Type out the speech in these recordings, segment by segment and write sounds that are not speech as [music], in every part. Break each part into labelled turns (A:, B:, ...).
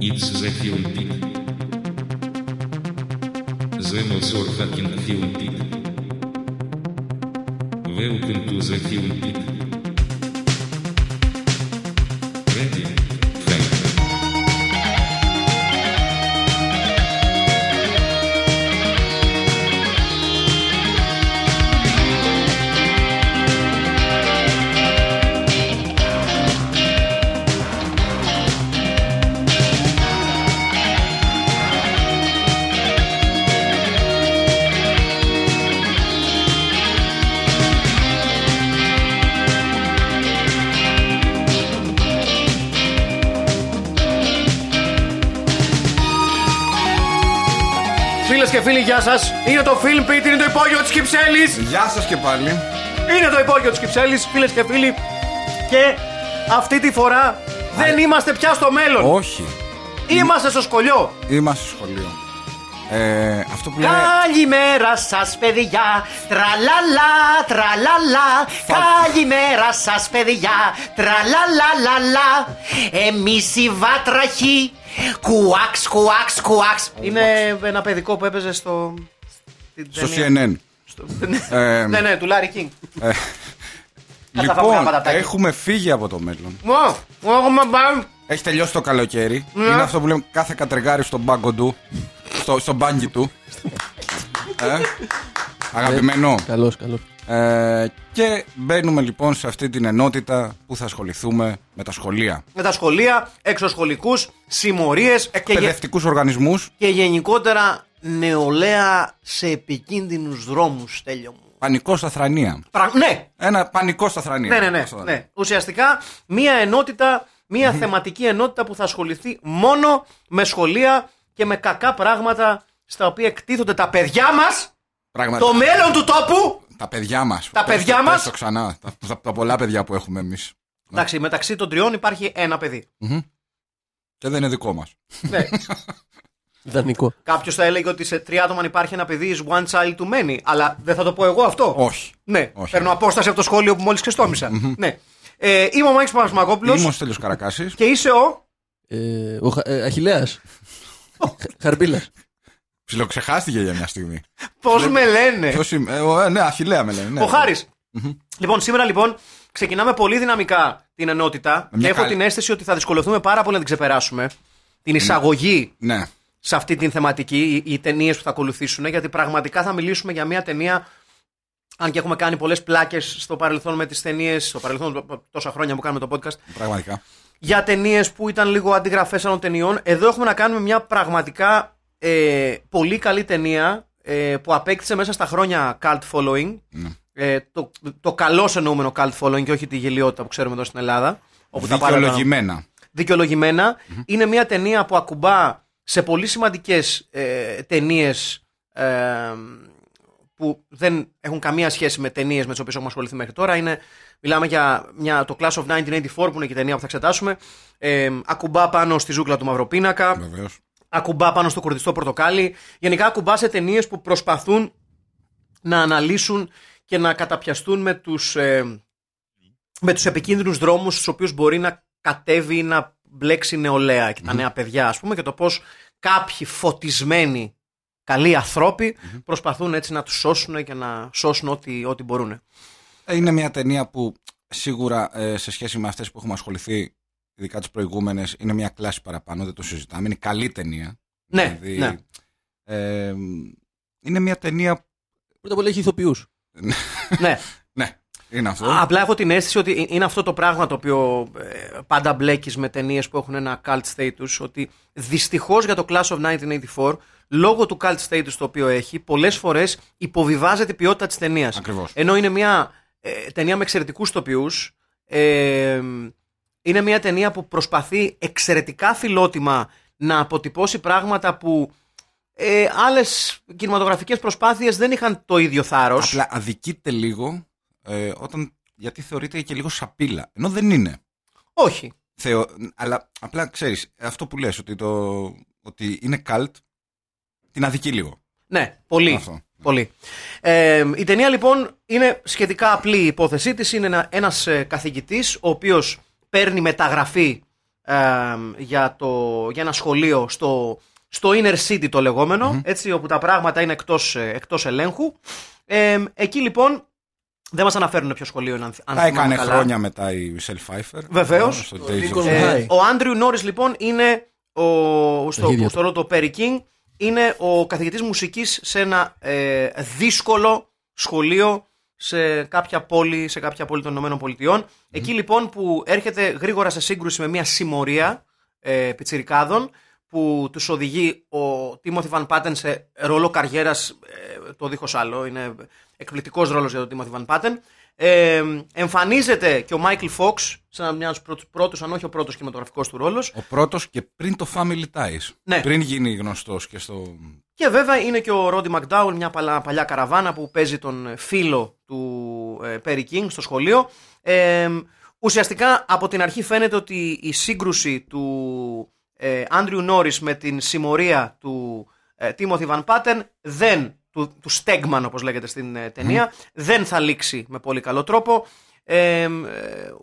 A: Ilse Fiumtit. Zemozor Hakin Fiumtit. Welcome to the Fiumtit. Ready? Thank you.
B: Φίλε και φίλοι, γεια σας. Είναι το Film Pit, είναι το υπόγειο της Κυψέλης.
C: Γεια σας και πάλι.
B: Είναι το υπόγειο της Κυψέλης, φίλες και φίλοι. Και αυτή τη φορά δεν είμαστε πια στο μέλλον.
C: Όχι.
B: Είμαστε στο σχολείο.
C: Είμαστε στο σχολείο. Ε, αυτό που λέμε.
B: Καλημέρα σας, παιδιά. Τραλαλά, τραλαλά. Καλημέρα σας, παιδιά. Τραλαλαλαλα. Εμείς οι βάτραχοι. Κουάξ, κουάξ, κουάξ. Είναι ένα παιδικό που έπαιζε στο. στην
C: Στο
B: ταινία.
C: CNN.
B: [laughs]
C: Ε,
B: Ναι, ναι, του Λάρι Κίνγκ. φαγούνα
C: Λοιπόν,
B: πατατάκια.
C: έχουμε φύγει από το μέλλον.
B: Ω, έχουμε μπαμ.
C: Έχει τελειώσει το καλοκαίρι.
B: Ναι.
C: Είναι αυτό που λέμε κάθε κατρεγάρι στον πάγκο του. Στο, στο μπάγκι
B: [laughs]
C: του. ε, αγαπημένο.
D: Καλώς, καλώς.
C: Ε, και μπαίνουμε λοιπόν σε αυτή την ενότητα που θα ασχοληθούμε με τα σχολεία.
B: με τα σχολεία, εξωσχολικούς, συμμορίες και, γε-
C: Εκπαιδευτικούς οργανισμούς.
B: και γενικότερα νεολαία σε επικίνδυνους δρόμους, τέλειο μου.
C: Πανικό στα θρανία.
B: Πρα- Ναι,
C: Ένα πανικό στα θρανία.
B: ναι, ναι, ναι,
C: Αυτό.
B: ναι. Ουσιαστικά μία ενότητα, μία θεματική ενότητα που θα ασχοληθεί μόνο με σχολεία και με κακά πράγματα στα οποία εκτίθονται τα παιδιά μας,
C: Πράγματι.
B: το μέλλον του τόπου.
C: Τα παιδιά μας.
B: Τα παιδιά μας.
C: Το ξανά. Τα, τα, τα πολλά παιδιά που έχουμε εμείς.
B: Εντάξει, μεταξύ των τριών υπάρχει ένα [laughs] παιδί.
C: Και δεν είναι δικό μας.
B: ναι.
D: Δανεικό.
B: Κάποιος θα έλεγε ότι σε τρία άτομα αν υπάρχει ένα παιδί is one child too many. Αλλά δεν θα το πω εγώ αυτό.
C: Όχι.
B: Ναι,
C: Όχι.
B: παίρνω απόσταση από το σχόλιο που μόλις ξεστόμησα. ναι. Ε, είμαι ο Μάκης
C: Είμαι ο
B: Παπασμακόπουλο
C: Στέλιος Καρακάσης.
B: και είσαι ο.
D: Ε, ο Χα- ε,
C: [laughs]
D: Αχιλέας. Χαρμπίλας.
C: Ψιλοξεχάστηκε για μια
B: [laughs]
C: στιγμή.
B: Πώς με λένε.
C: Ποιος είμαι. Ε, ο- ε, ναι, Αχηλέα με λένε. ναι.
B: Ο Χάρη. Λοιπόν, σήμερα λοιπόν ξεκινάμε πολύ δυναμικά την ενότητα
C: Μια
B: και έχω
C: καλή-
B: την αίσθηση ότι θα δυσκολευτούμε πάρα πολύ να την ξεπεράσουμε. Την εισαγωγή
C: Ναι.
B: σε αυτή την θεματική, οι, οι ταινίες που θα ακολουθήσουν, γιατί πραγματικά θα μιλήσουμε για μια ταινία. Αν και έχουμε κάνει πολλές πλάκες στο παρελθόν με τις ταινίες, στο παρελθόν τόσα χρόνια που κάνουμε το podcast,
C: Πραγματικά.
B: για ταινίες που ήταν λίγο αντιγραφές άλλων ταινιών. Εδώ έχουμε να κάνουμε μια πραγματικά ε, πολύ καλή ταινία ε, που απέκτησε μέσα στα χρόνια cult following. Ε, το, το καλό εννοούμενο cult following και όχι τη γελιότητα που ξέρουμε εδώ στην Ελλάδα. Όπου τα πάντα ήταν
C: Δικαιολογημένα.
B: δικαιολογημενα Είναι μια ταινία που ακουμπά σε πολύ σημαντικές ε, ταινίες που δεν έχουν καμία σχέση με ταινίες με τις οποίες έχουμε ασχοληθεί μέχρι τώρα. Είναι, μιλάμε για μια, το Class of 1984 που είναι και η ταινία που θα εξετάσουμε. Ε, ακουμπά πάνω στη ζούγκλα του Μαυροπίνακα
C: Βεβαίως.
B: ακουμπά πάνω στο κουρδιστό πορτοκάλι. Γενικά ακουμπά σε ταινίες που προσπαθούν να αναλύσουν και να καταπιαστούν με τους, ε, με τους επικίνδυνους δρόμους στους οποίους μπορεί να κατέβει ή να μπλέξει η νεολαία και τα νέα παιδιά ας πούμε και το πώς κάποιοι φωτισμένοι καλοί άνθρωποι προσπαθούν έτσι να τους σώσουν και να σώσουν ό,τι, ό,τι μπορούν.
C: Ε, Είναι μια ταινία που σίγουρα ε, σε σχέση με αυτές που έχουμε ασχοληθεί, ειδικά τις προηγούμενες, είναι μια κλάση παραπάνω. Δεν το συζητάμε. Είναι καλή ταινία.
B: Ναι,
C: Δηλαδή,
B: ναι.
C: ε, είναι μια ταινία.
D: Πρώτα απ' όλα έχει ηθοποιούς.
C: Λοιπόν.
B: ναι.
C: Ναι, είναι αυτό.
B: Α, Απλά έχω την αίσθηση ότι ε, είναι αυτό το πράγμα το οποίο ε, πάντα μπλέκεις με ταινίες που έχουν ένα cult status. Ότι δυστυχώς για το Class of 1984, λόγω του cult status το οποίο έχει, πολλές φορές υποβιβάζεται η ποιότητα της ταινίας.
C: Ακριβώς.
B: Ενώ είναι μια ε, ταινία με εξαιρετικούς τοπιούς. Ε, είναι μια ταινία που προσπαθεί εξαιρετικά φιλότιμα να αποτυπώσει πράγματα που ε, άλλες κινηματογραφικές προσπάθειες δεν είχαν το ίδιο θάρρος.
C: Απλά αδικείται λίγο ε, όταν. Γιατί θεωρείται και λίγο σαπίλα. Ενώ δεν είναι.
B: Όχι.
C: Θεω... Αλλά απλά ξέρεις, αυτό που λες ότι, το... ότι είναι cult, την αδικεί λίγο.
B: Ναι, πολύ.
C: Αυτό.
B: πολύ. Ε, η ταινία λοιπόν είναι σχετικά απλή η υπόθεσή της. Είναι ένα, ένας ε, καθηγητής ο οποίος παίρνει μεταγραφή ε, για, το, για ένα σχολείο στο, στο Inner City το λεγομενο έτσι, όπου τα πράγματα είναι εκτός, ε, εκτός ελέγχου. Ε, εκεί λοιπόν δεν μας αναφέρουν ποιο σχολείο είναι, αν, θυ- αν
C: Τα
B: θυμάμαι
C: έκανε
B: καλά.
C: χρόνια μετά η Μισελ Φάιφερ.
B: Βεβαίως.
C: Στο
D: Ο
C: Days of
D: Lincoln
C: Fire.
B: Ε,
D: Hi.
B: ο Άντριου Νόρις λοιπόν είναι ο, στο,
D: ίδιο.
B: στο ρόλο του Perry King είναι ο καθηγητής μουσικής σε ένα ε, δύσκολο σχολείο σε κάποια πόλη, σε κάποια πόλη των Ηνωμένων Πολιτειών. Εκεί λοιπόν που έρχεται γρήγορα σε σύγκρουση με μια συμμορία ε, πιτσιρικάδων που τους οδηγεί ο Τίμωθη Βαν Πάτεν σε ρόλο καριέρας ε, το δίχως άλλο, είναι εκπληκτικός ρόλος για τον Τίμωθη Βαν Πάτεν ε, εμφανίζεται και ο Μάικλ Φόξ σαν μια από τους πρώτους, αν όχι ο πρώτος κινηματογραφικός του ρόλος
C: Ο πρώτος και πριν το Family Ties.
B: Ναι.
C: Πριν γίνει γνωστός και στο.
B: και βέβαια είναι και ο Ρόντι Μακντάουλ μια παλα- παλιά καραβάνα που παίζει τον φίλο του ε, Πέρι Κίνγκ στο σχολείο ε, ουσιαστικά από την αρχή φαίνεται ότι η σύγκρουση του ε, Άντριου Νόρις με την συμμορία του ε, Τίμωθη Βαν Πάτεν δεν, του, του Στέγμαν όπως λέγεται στην ε, ταινία, δεν θα λήξει με πολύ καλό τρόπο. Ε, ε,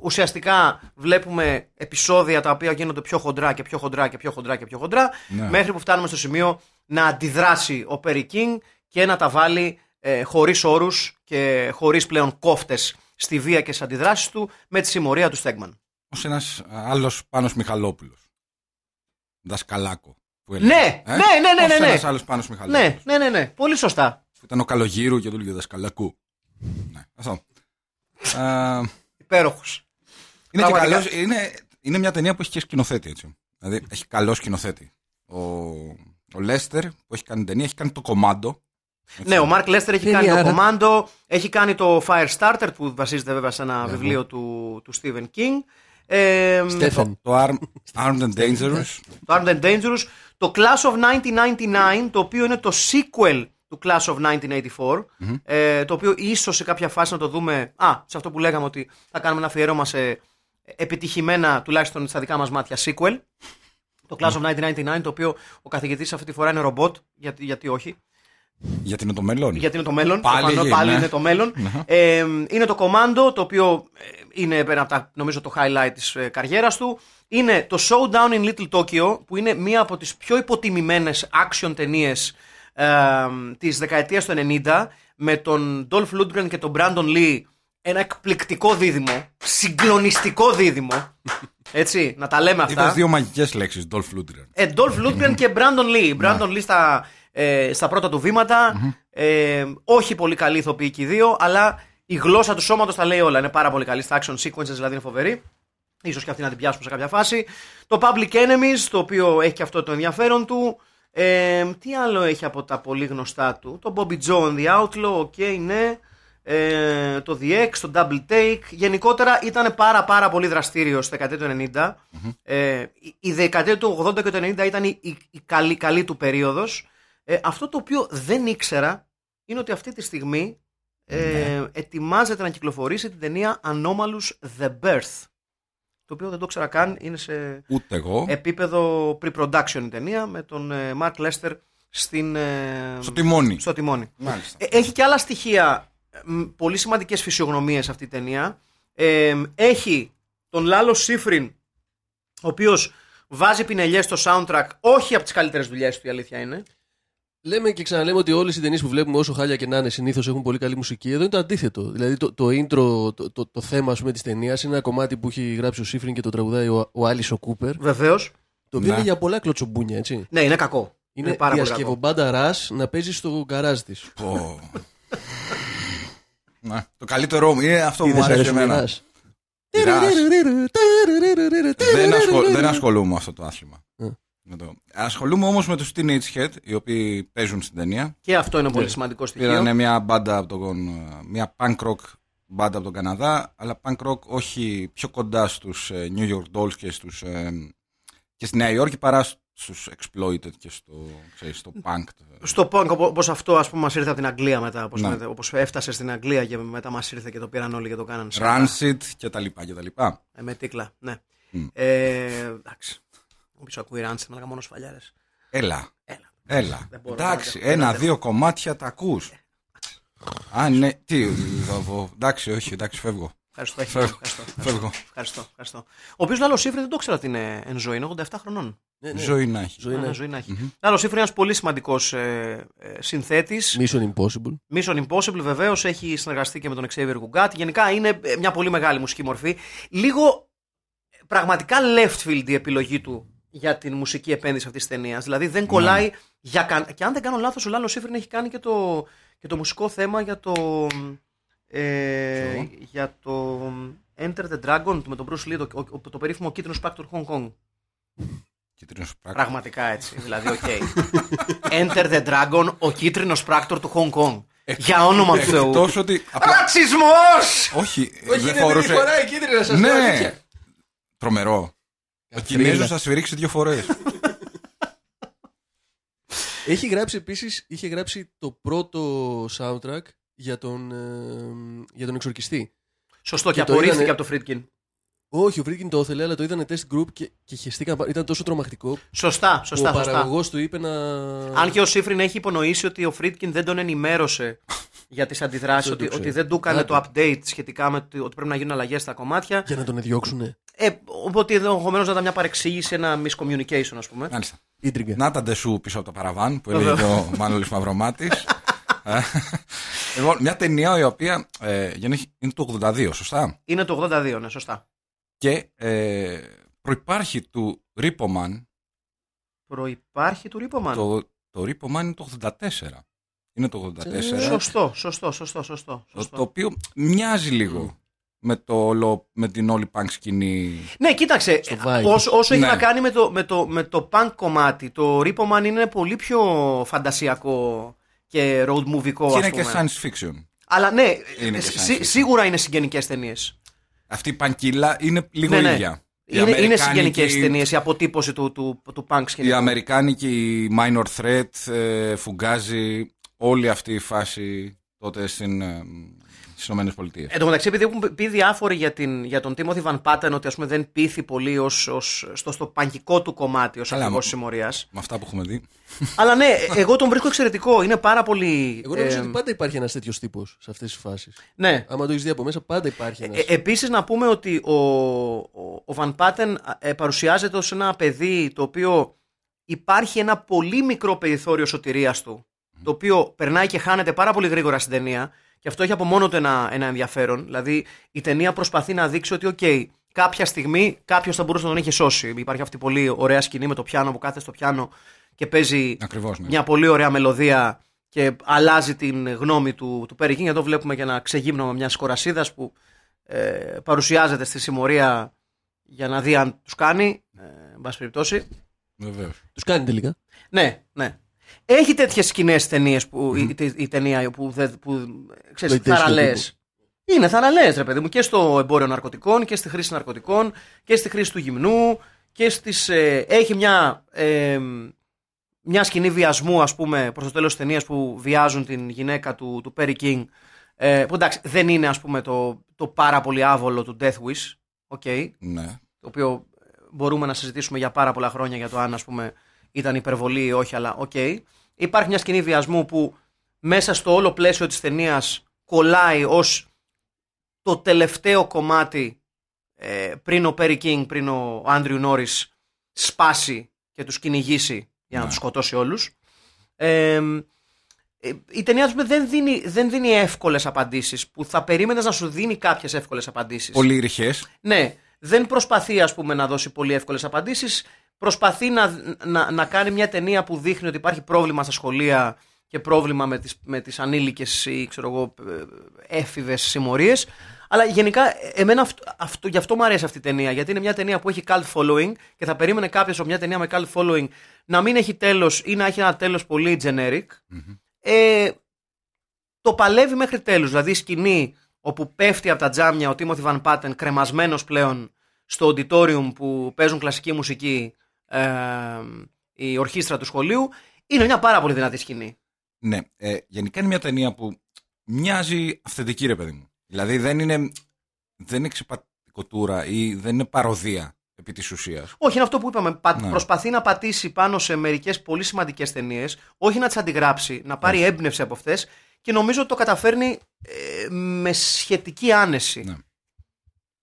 B: ουσιαστικά βλέπουμε επεισόδια τα οποία γίνονται πιο χοντρά και πιο χοντρά και πιο χοντρά και πιο χοντρά
C: Ναι.
B: μέχρι που φτάνουμε στο σημείο να αντιδράσει ο Perry King και να τα βάλει ε, χωρίς όρους και χωρίς πλέον κόφτες στη βία και στις αντιδράσεις του με τη συμμορία του Στέγμαν.
C: Ως ένας άλλος Πάνος Μιχαλόπουλος. Δασκαλάκο. Που Ε?
B: Ναι, ναι, ναι, ναι, ναι, ναι.
C: Ένας άλλος Πάνος Μιχαλόπουλος.
B: Ναι, ναι, ναι, ναι. Πολύ σωστά.
C: Που ήταν ο Καλογύρου και δούλευε δασκαλακού. Ναι, αυτό. Α,
B: Υπέροχος.
C: είναι, και
B: Πραγματικά.
C: καλός, είναι, είναι μια ταινία που έχει και σκηνοθέτη έτσι. Δηλαδή έχει καλό σκηνοθέτη. Ο, ο Λέστερ που έχει κάνει ταινία έχει κάνει το κομμάντο.
B: Ναι, ο Μαρκ Λέστερ έχει
D: Είναι
B: κάνει
D: άρα.
B: το κομμάντο, έχει κάνει το Firestarter που βασίζεται βέβαια σε ένα βιβλίο του, του Stephen King. Ε,
D: Στέφαν.
C: Το
B: [laughs]
C: Arm, Armed and Dangerous.
B: το Armed and Dangerous. Το Class of 1999, το οποίο είναι το sequel του Class of 1984, ε, το οποίο ίσως σε κάποια φάση να το δούμε, α, σε αυτό που λέγαμε ότι θα κάνουμε ένα αφιέρωμα σε επιτυχημένα, τουλάχιστον στα δικά μας μάτια, sequel. Το Class of 1999, το οποίο ο καθηγητής αυτή τη φορά είναι ρομπότ, γιατί, γιατί όχι.
C: γιατί είναι το μέλλον.
B: Γιατί είναι το μέλλον.
C: Πάλι
B: Προφανώς,
C: εκεί,
B: πάλι
C: ναι.
B: είναι το μέλλον. Ε, είναι το κομμάντο, το οποίο ε, είναι ένα από τα, νομίζω το highlight της ε, καριέρας του. Είναι το Showdown in Little Tokyo, που είναι μία από τις πιο υποτιμημένες action ταινίες ε, της δεκαετίας του 90, με τον Dolph Lundgren και τον Brandon Lee ένα εκπληκτικό δίδυμο, συγκλονιστικό δίδυμο. Έτσι, να τα λέμε αυτά.
C: Είπες δύο μαγικές λέξεις, Dolph Lundgren.
B: Ε, Dolph Lundgren και Brandon Lee. Brandon Lee στα, ε, στα πρώτα του βήματα. Ε, όχι πολύ καλή ηθοποιοί και οι δύο, αλλά η γλώσσα του σώματος τα λέει όλα. Είναι πάρα πολύ καλή στα action sequences, δηλαδή είναι φοβερή. Ίσως και αυτή να την πιάσουμε σε κάποια φάση. Το Public Enemies, το οποίο έχει και αυτό το ενδιαφέρον του. Ε, τι άλλο έχει από τα πολύ γνωστά του. Το Bobby Joe and the Outlaw, οκ, ναι. Ε, το The X, το Double Take. Γενικότερα ήταν πάρα πάρα πολύ δραστήριο στη δεκαετία του 90. Ε, η- η δεκαετία του 80 και του 90 ήταν η, η- η καλή, καλή του περίοδος. Ε, αυτό το οποίο δεν ήξερα είναι ότι αυτή τη στιγμή ε, ετοιμάζεται να κυκλοφορήσει την ταινία Ανώμαλους The Birth το οποίο δεν το ξέρα καν, είναι σε
C: Ούτε εγώ.
B: Ε, επίπεδο pre-production η ταινία με τον ε, Mark Lester στην, ε,
C: στο τιμόνι.
B: στο τιμόνι.
C: Μάλιστα.
B: Ε, Έχει και άλλα στοιχεία ε, μ, πολύ σημαντικές φυσιογνωμίες αυτή η ταινία. Ε, έχει τον Λάλο Σίφριν, ο οποίος βάζει πινελιές στο soundtrack, όχι από τις καλύτερες δουλειές του, η αλήθεια
C: Ναι.
B: είναι.
D: Λέμε και ξαναλέμε ότι όλες οι ταινίες που βλέπουμε, όσο χάλια και να είναι, συνήθως έχουν πολύ καλή μουσική. Εδώ είναι το αντίθετο. Δηλαδή το, το intro, το, το, το θέμα της ταινίας είναι ένα κομμάτι που έχει γράψει ο Σίφριν και το τραγουδάει ο, ο Άλις ο Κούπερ.
B: Βεβαίως.
D: Το οποίο
C: Ναι.
D: είναι για πολλά κλωτσομπούνια, έτσι.
B: Ναι, είναι κακό. Είναι,
D: Είναι
B: πάρα πολύ κακό.
D: διασκευομπάντα ρας να παίζεις στο γκαράζ της.
B: [laughs]
C: Πω. Ναι, το καλύτερό μου είναι αυτό που μου
D: Δεν σ'
C: αρέσει
D: αρέσει
C: εμένα. Ρας. Δεν, ασχολ- δεν ασχολούμαι με αυτό το άθλημα.
D: Ε.
C: Με το- Ασχολούμαι όμως με τους Teenage Head, οι οποίοι παίζουν στην ταινία.
B: Και αυτό είναι
C: Ναι.
B: πολύ σημαντικό στοιχείο.
C: Πήραν μια μπάντα από τον. μια punk rock μπάντα από τον Καναδά, αλλά punk rock όχι πιο κοντά στους New York Dolls και, στους, ε, και στη Νέα Υόρκη παρά στους Exploited και στο, ξέρεις, στο ε, punk.
B: στο punk όπως αυτό ας πούμε μας ήρθε από την Αγγλία μετά όπως,
C: Ναι.
B: με- όπως έφτασε στην Αγγλία και μετά μας ήρθε και το πήραν όλοι και το κάναν σαν-
C: Rancid και τα λοιπά και τα λοιπά.
B: ε, με τίκλα ναι ε, εντάξει όποιος ακούει Rancid μαλάκα μόνος σφαλιάρες
C: Έλα.
B: Έλα.
C: Έλα.
B: Δεν μπορώ,
C: Εντάξει,
B: δεν Ε, αντέχω,
C: ένα-δύο κομμάτια τα ακούς Α, ναι, τι. θα πω. Εντάξει, όχι, εντάξει, φεύγω.
B: Ευχαριστώ. έχει-
C: Φεύγω.
B: ευχαριστώ,
C: Φεύγω.
B: Ευχαριστώ. ευχαριστώ. Ο οποίος Λάλος Σίφρι δεν το ήξερα ότι είναι εν ζωή, είναι 87 χρονών.
D: Ναι, ναι.
C: Ζωή να έχει.
D: Ζωή
B: Α,
D: είναι.
B: ζωή να έχει. Λάλο Σίφρι είναι ένας πολύ σημαντικός ε, ε, συνθέτης.
D: Mission Impossible.
B: Mission Impossible βεβαίως έχει συνεργαστεί και με τον Xavier Cugat. Γενικά είναι ε, μια πολύ μεγάλη μουσική μορφή. Λίγο ε, πραγματικά left field η επιλογή του για την μουσική επένδυση αυτής της ταινίας. Δηλαδή
C: Ναι.
B: δεν κολλάει για καν... Και αν δεν κάνω λάθος, ο Λάλο Σίφριν έχει κάνει και το, και το μουσικό θέμα για το. Ε,
C: Ποιο?
B: για το Enter the Dragon με τον Bruce Lee, το, ο- το περίφημο κίτρινο σπάκτορ Hong Kong.
C: Κίτρινος πράκτορας.
B: Πραγματικά έτσι. Δηλαδή,
C: [laughs]
B: οκ. Enter the Dragon, ο κίτρινο πράκτορ του Hong Kong. Για όνομα του Θεού.
C: Ε, Εκτός ότι. απλά-
B: Ρατσισμός!
C: Όχι, Ε, δεν φορούσε.
D: κίτρινα,
C: Ναι, τρομερό. Ο Κινέζος θα σφυρίξει δύο φορές.
D: Έχει γράψει επίσης, είχε γράψει το πρώτο soundtrack για τον, ε, για τον εξορκιστή.
B: Σωστό, και,
D: Και το
B: απορρίφθηκε
D: είδανε-
B: από το Φρίτκιν.
D: Όχι, ο Βρίκιν το ήθελε, αλλά το είδανε test group και, και χεστήκαν. πα- Ήταν τόσο τρομακτικό
B: Σωστά, σωστά,
D: που ο
B: σωστά.
D: παραγωγός του είπε να.
B: Αν και ο Σίφριν έχει υπονοήσει ότι ο Φρίτκιν δεν τον ενημέρωσε για τις αντιδράσεις,
D: Αυτό το
B: ότι,
D: ξέρω.
B: ότι δεν του έκανε
D: Άντε.
B: το update σχετικά με το ότι πρέπει να γίνουν αλλαγές στα κομμάτια.
D: Για να τον διώξουνε.
B: Ε, οπότε ενδεχομένως να ήταν μια παρεξήγηση, ένα miscommunication, ας πούμε.
C: Μάλιστα.
D: Ίντριγκα.
C: Να τα ντεσού πίσω από το παραβάν που έλεγε και ο Μάνολης Μαυρομάτης. Ε, λοιπόν, μια ταινία η οποία ε, γεννήθηκε- είναι το 82, σωστά.
B: Είναι το 82, ναι, σωστά.
C: Και ε, προϋπάρχει του Ρίπομαν.
B: Προπάρχει του Ρίπομαν.
C: Το, το Ρίπομαν είναι το 84. Είναι το 84.
B: Σωστό, σωστό, σωστό, σωστό.
C: το,
B: σωστό.
C: το οποίο μοιάζει λίγο με, το, όλο- με την όλη punk σκηνή.
B: Ναι, κοίταξε.
D: Στο vibe.
B: Όσο, όσο
C: Ναι.
B: έχει να κάνει με το, με, το, με το punk κομμάτι, το Reepoman είναι πολύ πιο φαντασιακό και road movie,
C: και
B: ας
C: είναι
B: πούμε.
C: και science fiction.
B: Αλλά ναι,
C: Είναι και
B: σι-
C: science fiction.
B: σίγουρα είναι συγγενικέ ταινίες.
C: Αυτή η πανκύλα είναι λίγο
B: Ναι, ναι.
C: ίδια. Η
B: Είναι, είναι
C: αμερικάνικη-
B: συγγενικέ ταινίες η αποτύπωση του, του, του punk
C: Η
B: σκηνικού.
C: αμερικάνικη minor threat ε, φουγκάζει όλη αυτή η φάση τότε στην, ε, στις Ηνωμένες Πολιτείες.
B: Εν τω μεταξύ, επειδή έχουν πει διάφοροι για, την, για τον Τίμωθη Βαν Πάτεν ότι ας πούμε, δεν πείθει πολύ ως, ως, στο, στο πανκικό του κομμάτι ως
C: Καλά,
B: αρχηγό
C: μα-
B: συμμορίας.
C: Με αυτά που έχουμε δει.
B: Αλλά ναι, εγώ τον βρίσκω εξαιρετικό. Είναι πάρα πολύ.
D: Εγώ νομίζω
B: ε,
D: ότι πάντα υπάρχει ένας τέτοιος τύπος σε αυτές τις φάσεις.
B: ναι.
D: Άμα το έχεις δει από μέσα, πάντα υπάρχει ένας.
B: Ε, επίσης να πούμε ότι ο, ο, ο Βαν Πάτεν ε, παρουσιάζεται ως ένα παιδί το οποίο υπάρχει ένα πολύ μικρό περιθώριο σωτηρίας του το οποίο περνάει και χάνεται πάρα πολύ γρήγορα στην ταινία και αυτό έχει από μόνο του ένα, ένα ενδιαφέρον. Δηλαδή η ταινία προσπαθεί να δείξει ότι οκ, κάποια στιγμή κάποιος θα μπορούσε να τον έχει σώσει. Υπάρχει αυτή η πολύ ωραία σκηνή με το πιάνο που κάθεται στο πιάνο και παίζει
C: Ακριβώς, ναι.
B: μια πολύ ωραία μελωδία και αλλάζει την γνώμη του, του Περικίν. Εδώ βλέπουμε και ένα ξεγύμνομα μια κορασίδα που ε, παρουσιάζεται στη συμμορία για να δει αν τους κάνει. Ε, εν πάση περιπτώσει.
C: Βεβαίως.
D: Τους κάνει τελικά.
B: Ναι, ναι. Έχει τέτοιες σκηνές ταινίες που, η, η, η ταινία που, δεν- που ξέρεις,
D: Exploitation
B: θαραλέ.
D: τύπου.
B: Είναι θαραλέ, ρε παιδί μου, και στο εμπόριο ναρκωτικών και στη χρήση ναρκωτικών και στη χρήση του γυμνού και στις, ε, έχει μια, ε, μια σκηνή βιασμού, ας πούμε, προς το τέλος της ταινίας που βιάζουν την γυναίκα του, του Perry King. Ε, που εντάξει, δεν είναι, ας πούμε, το, το πάρα πολύ άβολο του Death Wish, okay,
C: Ναι.
B: το οποίο ε, μπορούμε να συζητήσουμε για πάρα πολλά χρόνια για το αν ας πούμε ήταν υπερβολή ή όχι, αλλά οκ. Υπάρχει μια σκηνή βιασμού που μέσα στο όλο πλαίσιο της ταινίας κολλάει ως το τελευταίο κομμάτι ε, πριν ο Πέρι Κίνγκ, πριν ο Άντριου Νόρις σπάσει και τους κυνηγήσει για να
C: Ναι.
B: τους σκοτώσει όλους. Ε, ε, η ταινία ας πούμε, δεν δίνει, δεν δίνει εύκολες απαντήσεις που θα περίμενες να σου δίνει κάποιες εύκολες απαντήσεις.
C: Πολύ ρηχές.
B: Ναι, δεν προσπαθεί ας πούμε να δώσει πολύ εύκολες απαντήσεις Προσπαθεί να, να, να κάνει μια ταινία που δείχνει ότι υπάρχει πρόβλημα στα σχολεία και πρόβλημα με τις, με τις ανήλικες ή ξέρω εγώ ε, έφηβες συμμορίες. Αλλά γενικά εμένα αυτό, αυτό, γι' αυτό μου αρέσει αυτή η ταινία γιατί είναι μια ταινία που έχει cult following και θα περίμενε κάποιος από μια ταινία με cult following να μην έχει τέλος ή να έχει ένα τέλος πολύ generic. Ε, το παλεύει μέχρι τέλους. Δηλαδή η σκηνή όπου πέφτει από τα τζάμια ο Τίμωθη Βαν Πάτεν κρεμασμένος πλέον στο auditorium που παίζουν κλασική μουσική ε, η ορχήστρα του σχολείου είναι μια πάρα πολύ δυνατή σκηνή.
C: Ναι. Ε, γενικά είναι μια ταινία που μοιάζει αυθεντική, ρε παιδί μου. Δηλαδή δεν είναι, δεν είναι ξεπατικοτούρα ή δεν είναι παροδία επί της ουσίας.
B: Όχι, είναι αυτό που είπαμε. Πα-
C: Ναι.
B: Προσπαθεί να πατήσει πάνω σε μερικές πολύ σημαντικές ταινίες, όχι να τις αντιγράψει, να πάρει έμπνευση από αυτές και νομίζω ότι το καταφέρνει ε, με σχετική άνεση.
C: Ναι.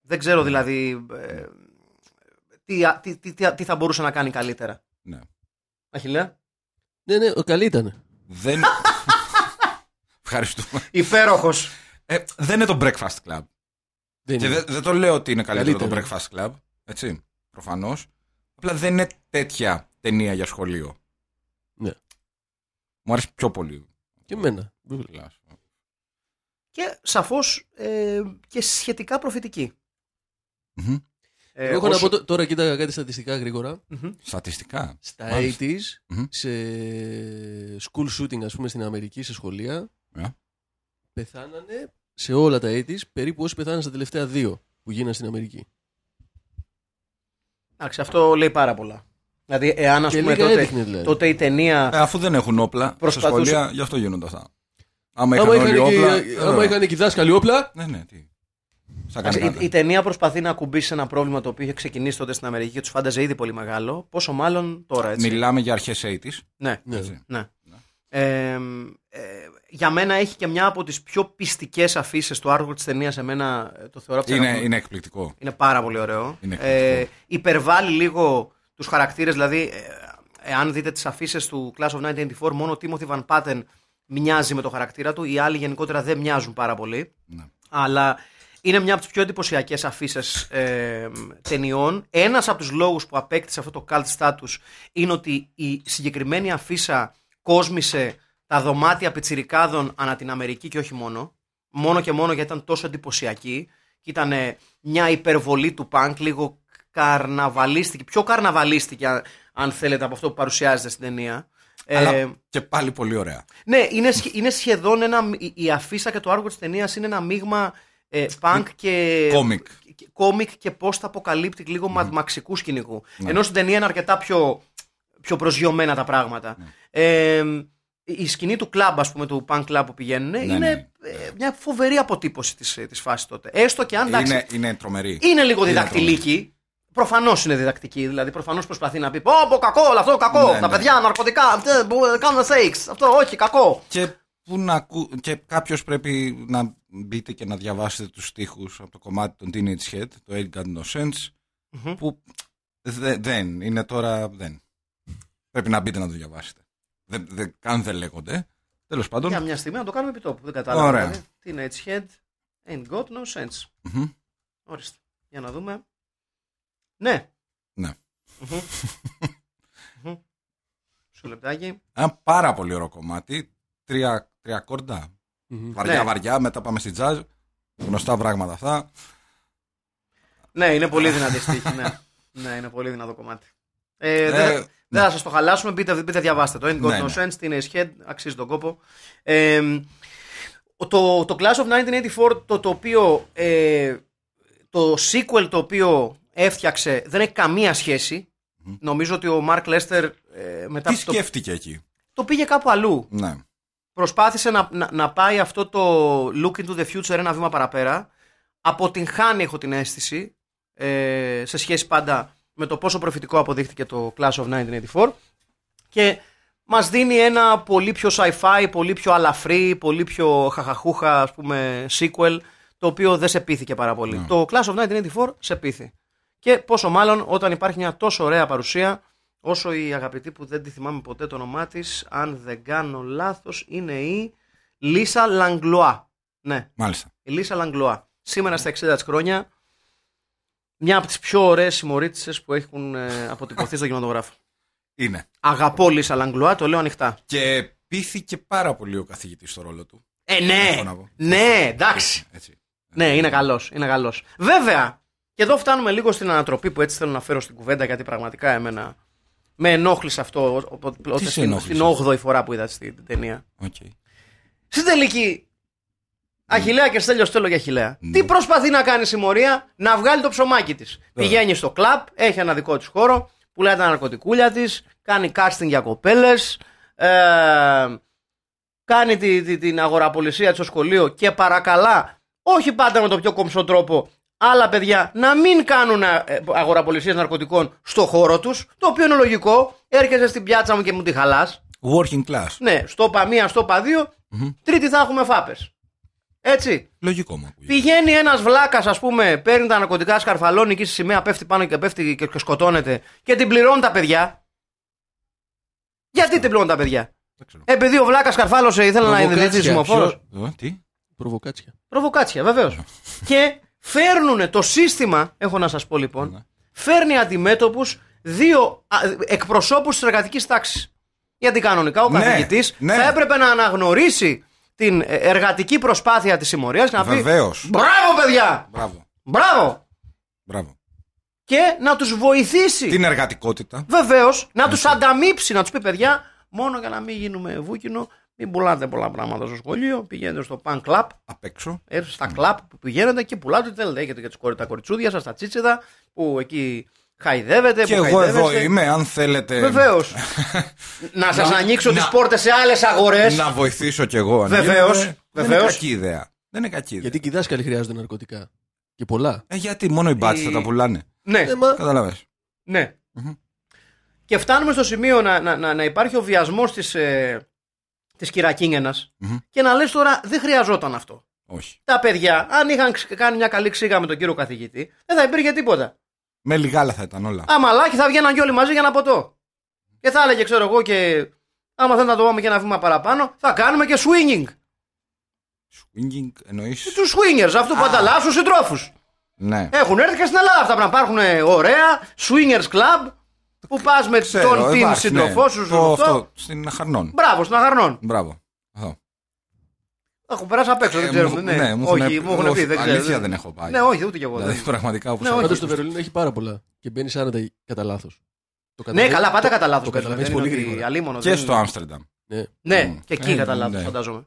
B: Δεν ξέρω δηλαδή ε, τι, α- τι, τι, τι, τι θα μπορούσε να κάνει καλύτερα.
C: Ναι.
B: Αχιλέα.
D: Ναι, ναι, ο- καλή ήταν. [laughs]
C: Δεν. Ευχαριστούμε.
B: Υπέροχος.
C: Ε, δεν είναι το Breakfast Club.
D: Δεν
C: Και
D: είναι.
C: δεν, δεν το λέω ότι είναι καλύτερο,
D: Καλύτερο.
C: το Breakfast Club. Έτσι. Προφανώς. Απλά δεν είναι τέτοια ταινία για σχολείο.
D: Ναι.
C: Μου αρέσει πιο πολύ.
D: Και εμένα.
C: Μιλάς.
B: Και σαφώς ε, και σχετικά προφητική.
C: Μμμ.
B: Ε,
D: Εγώ έχω να
B: όσο-
D: πω τ- τώρα, κοίταγα κάτι στατιστικά γρήγορα.
B: Μμμ.
C: Στατιστικά.
D: Στα
C: Μάλιστα.
D: 80s,
C: Μμμ.
D: σε school shooting, ας πούμε, στην Αμερική, σε σχολεία,
C: Ναι.
D: πεθάνανε σε όλα τα 80s περίπου όσοι πεθάνανε στα τελευταία δύο που γίνανε στην Αμερική.
B: Εντάξει, αυτό λέει πάρα πολλά. Δηλαδή, εάν ας
D: και
B: πούμε
D: λίγα
B: τότε,
D: έδειχνε δηλαδή.
B: τότε η ταινία.
C: Ε, αφού δεν έχουν όπλα
B: Προσπαθούσε-
C: στα σχολεία, γι' αυτό γίνονται αυτά. Άμα είχαν
D: Άμα είχαν,
C: όλοι όπλα.
D: και,
C: ε,
D: άμα
C: ε,
D: είχαν και οι δάσκαλοι όπλα,
C: Ναι, ναι, τι. Θα κάνει
B: Εντάξει,
C: κάτι.
B: Η, η ταινία προσπαθεί να ακουμπήσει ένα πρόβλημα το οποίο είχε ξεκινήσει τότε στην Αμερική και τους φάνταζε ήδη πολύ μεγάλο. Πόσο μάλλον τώρα, έτσι.
C: Μιλάμε για αρχές 80s.
B: Ναι.
D: Ναι.
C: έτσι.
B: ναι. Ε, ε, για μένα έχει και μια από τις πιο πιστικές αφήσεις του άργου της ταινίας εμένα ε, το θεωρώ από τις
C: Είναι,
B: αγαπημένες.
C: είναι εκπληκτικό.
B: Είναι πάρα πολύ ωραίο.
C: Είναι
B: ε,
C: εκπληκτικό.
B: υπερβάλλει λίγο τους χαρακτήρες, δηλαδή ε, εάν δείτε τις αφήσεις του Class of 1994, μόνο ο Timothy Van Patten μοιάζει με το χαρακτήρα του, οι άλλοι γενικότερα δεν μοιάζουν πάρα πολύ.
C: Ναι.
B: Αλλά είναι μια από τις πιο εντυπωσιακές αφήσει ε, ταινιών. Ένας από τους λόγους που απέκτησε αυτό το cult status είναι ότι η συγκεκριμένη αφίσα κόσμησε τα δωμάτια πιτσιρικάδων ανά την Αμερική και όχι μόνο. Μόνο και μόνο γιατί ήταν τόσο εντυπωσιακή. Και ήταν ε, μια υπερβολή του πανκ, λίγο καρναβαλίστικη. Πιο καρναβαλίστικη, αν, αν θέλετε, από αυτό που παρουσιάζεται στην ταινία. Ε,
C: Αλλά και πάλι πολύ ωραία.
B: ναι, είναι, σχε- είναι σχεδόν ένα. Η, η αφίσα και το άργο της ταινίας είναι ένα μείγμα ε, punk και.
C: Κόμικ.
B: και- Κόμικ και πώ τα αποκαλύπτει λίγο μαξικού σκηνικού.
C: Ναι.
B: Ενώ στην ταινία είναι αρκετά πιο, πιο προσγειωμένα τα πράγματα.
C: Ναι.
B: Ε, η σκηνή του κλαμπ, ας πούμε, του punk club που πηγαίνουν, είναι
C: ναι.
B: ε, μια φοβερή αποτύπωση της της φάσης τότε. Έστω και αν. εντάξει, Ε,
C: Είναι, είναι τρομερή.
B: είναι λίγο
C: Είναι
B: διδακτηλίκη. Προφανώς είναι διδακτική. Δηλαδή, προφανώς προσπαθεί να πει: Πω, πω, κακό, όλο αυτό κακό.
C: Ναι,
B: τα
C: ναι.
B: παιδιά, ναρκωτικά, αυτέ, μπο- κάνουν σεξ. Αυτό, όχι, κακό.
C: Και, που να ακού... και κάποιος πρέπει να μπείτε και να διαβάσετε τους στίχους από το κομμάτι των Teenage Head, το Ain't Got No Sense,
B: Μμμ.
C: που δε- δεν, είναι τώρα δεν. Πρέπει να μπείτε να το διαβάσετε. Δεν, δεν, καν δεν λέγονται. Τέλος πάντων,
B: Για μια στιγμή να το κάνουμε επί τόπου. Δεν κατάλαβα.
C: Ωραία.
B: Δηλαδή, teenage head ain't got no sense.
C: Μμμ.
B: Ορίστε. Για να δούμε. Ναι.
C: Ναι.
B: Μμμ. Μμμ. Σου λεπτάκι.
C: ένα πάρα πολύ ωραίο κομμάτι, τρία, τρία κόρτα,
D: Μμμ.
C: βαριά
B: Ναι.
C: βαριά, μετά πάμε στη jazz, γνωστά πράγματα αυτά.
B: Ναι, είναι πολύ δυνατή στίχη. ναι.
C: [laughs]
B: ναι, είναι πολύ δυνατό κομμάτι. Ε,
C: Ε,
B: δεν-
C: ναι.
B: Δεν θα σας το χαλάσουμε. Μπείτε, μπείτε διαβάστε το. Ain't got
C: Ναι,
B: no
C: ναι.
B: sense. Την Ace Head αξίζει τον κόπο. Ε, το, το Class of 1984, το, το οποίο. ε, το sequel το οποίο έφτιαξε δεν έχει καμία σχέση. Νομίζω ότι ο Μαρκ Λέστερ ε, μετά
C: Τι
B: το,
C: σκέφτηκε εκεί.
B: το πήγε κάπου αλλού.
C: Ναι.
B: Προσπάθησε να, να, να πάει αυτό το look into the future ένα βήμα παραπέρα. Αποτυγχάνει, έχω την αίσθηση, ε, σε σχέση πάντα με το πόσο προφητικό αποδείχτηκε το Class of 1984. Και μας δίνει ένα πολύ πιο sci-fi, πολύ πιο αλαφρύ, πολύ πιο χαχαχούχα, ας πούμε, sequel, το οποίο δεν σε πείθηκε πάρα πολύ. Το Class of 1984 σε πείθη. Και πόσο μάλλον όταν υπάρχει μια τόσο ωραία παρουσία, όσο η αγαπητή που δεν τη θυμάμαι ποτέ το όνομά της, αν δεν κάνω λάθος, είναι η Λίσα Λαγκλοά. Ναι,
C: Μάλιστα.
B: η Λίσα Λαγκλοά. Σήμερα στα 60 της χρόνια, μια από τις πιο ωραίες συμμορίτησες που έχουν ε, αποτυπωθεί στο κινηματογράφο.
C: Είναι.
B: Αγαπώ Λίσα Λαγκλοά, το λέω ανοιχτά.
C: Και πείθηκε πάρα πολύ ο καθηγητής στο ρόλο του.
B: Ε, ναι!
C: Έχω να πω.
B: Ναι, εντάξει.
C: Έτσι.
B: Ναι, είναι καλός. Είναι καλός. Βέβαια, και εδώ φτάνουμε λίγο στην ανατροπή που έτσι θέλω να φέρω στην κουβέντα γιατί πραγματικά εμένα με ενόχλησε αυτό ο- ο- ο-
C: σε
B: στην,
C: ενόχλησε?
B: στην 8η φορά που είδα στη- την ταινία.
C: Okay.
B: Στην τελική, Αχηλέα και Στέλιος Στέλιο και Αχηλέα. Τι προσπαθεί να κάνει η Μωρία, να βγάλει το ψωμάκι της. Πηγαίνει στο κλαπ, έχει ένα δικό της χώρο, πουλάει τα ναρκωτικούλια της, κάνει casting για κοπέλες. Ε, κάνει τη, τη- την αγοραπολισία στο σχολείο και παρακαλά, όχι πάντα με τον πιο κομψό τρόπο, άλλα παιδιά να μην κάνουν α- ε, αγοραπολισίες ναρκωτικών στο χώρο τους, το οποίο είναι λογικό, έρχεσαι στην πιάτσα μου και μου τη χαλάς,
C: Working class.
B: ναι, στο πα μία, στο πα δυο τρίτη θα έχουμε φάπες. Έτσι.
C: Λογικό μου ακούγεται.
B: Πηγαίνει ένας βλάκας, ας πούμε, παίρνει τα ναρκωτικά, σκαρφαλώνει εκεί στη σημαία, πέφτει πάνω και πέφτει και, και σκοτώνεται και την πληρώνουν τα παιδιά. Γιατί την πληρώνουν τα παιδιά. Ε,
C: Δεν ξέρω.
B: Επειδή ο βλάκας σκαρφάλωσε, ήθελε να
D: Προβοκάτσια.
B: ειδηθεί σημοφόρο.
D: Ποιος-
C: Ε, τι.
D: Προβοκάτσια.
B: Προβοκάτσια, βεβαίως.
C: Ναι.
B: και φέρνουν το σύστημα, έχω να σας πω λοιπόν,
C: Ναι.
B: φέρνει αντιμέτωπους δύο α, εκπροσώπους της εργατικής τάξης. Γιατί κανονικά ο
C: Ναι,
B: καθηγητής
C: ναι.
B: θα έπρεπε να αναγνωρίσει την ε, εργατική προσπάθεια της συμμορίας και να
C: Βεβαίω.
B: πει Μπράβο, παιδιά!
C: Μπράβο.
B: Μπράβο!
C: Μπράβο.
B: Και να τους βοηθήσει.
C: Την Ναι. εργατικότητα.
B: Βεβαίως, να του ανταμείψει, να τους πει παιδιά, μόνο για να μην γίνουμε βούκινο, μην πουλάτε πολλά πράγματα στο σχολείο. Πηγαίνετε στο pan club,
C: Απ' έξω.
B: ε, στα κλαπ που πηγαίνετε και πουλάτε ό,τι θέλετε. Έχετε και τις κορι- τα κοριτσούδια σας, τα τσίτσιδα που εκεί χαϊδεύετε.
C: Και
B: που
C: εγώ εδώ
B: χαϊδεύεστε.
C: είμαι, αν θέλετε.
B: Βεβαίως.
C: [laughs]
B: να σας
C: Να-
B: ανοίξω τις
C: να-
B: πόρτες σε άλλες αγορές.
C: Να βοηθήσω κι εγώ. αν
B: Βεβαίως,
C: γίνεται. Δεν είναι
B: βεβαίως.
C: κακή ιδέα. Δεν είναι κακή ιδέα.
D: Γιατί και οι δάσκαλοι χρειάζονται ναρκωτικά. Και πολλά.
C: Ε, γιατί μόνο οι μπάτσοι
B: Η-
C: θα τα πουλάνε.
B: Ναι,
D: Ε, μα-
C: Καταλαβες.
B: ναι.
C: Μμμ.
B: Και φτάνουμε στο σημείο να, να, να, να υπάρχει ο βιασμός της ε, της κυρακίνγενας
C: Μμμ.
B: και να λες τώρα δεν χρειαζόταν αυτό.
C: Όχι.
B: τα παιδιά, αν είχαν ξε- κάνει μια καλή ξύγα με τον κύριο καθηγητή, δεν θα υπήρχε τίποτα.
C: Με λιγάλα θα ήταν όλα.
B: Αμαλάκι θα βγαίναν και όλοι μαζί για ένα ποτό. Και θα έλεγε, ξέρω εγώ, και άμα θέλετε να το πάμε και ένα βήμα παραπάνω, θα κάνουμε και swinging.
C: Swinging εννοείς.
B: Τους swingers, αυτούς που ανταλλάσσουν τους συντρόφους.
C: Ναι.
B: Έχουν έρθει και στην Ελλάδα αυτά πράγματα. Υπάρχουν ε, ωραία swingers club που πας με τον την
C: υπάρχει,
B: συντροφό
C: ναι.
B: σου.
C: Το,
B: αυτό.
C: αυτό. Στην Χαρνών.
B: Μπράβο, στον Αγαρνών.
C: Μπράβο. Αυτό.
B: Έχω περάσει απ' έξω, δεν
C: Ε,
B: ξέρω.
C: μου-
B: ναι,
C: ναι, μου
B: όχι,
C: έχουνε-
B: μου έχουν πει.
C: όχι,
B: Δεν ξέρω.
C: αλήθεια δεν έχω πάει.
B: Ναι, όχι, ούτε κι εγώ. δεν.
C: Δηλαδή πραγματικά όπως.
B: Ναι, όχι.
D: Πάντως το Βερολίνο έχει πάρα πολλά. Και μπαίνει άνετα κατά λάθος.
B: Ναι, καλά, πάτε κατά λάθος.
D: Το καταλαβαίνει πολύ γρήγορα.
C: Και στο Άμστερνταμ.
B: Ναι,
C: Mm.
B: και εκεί
C: Ε,
B: κατά λάθο,
C: ναι.
B: φαντάζομαι.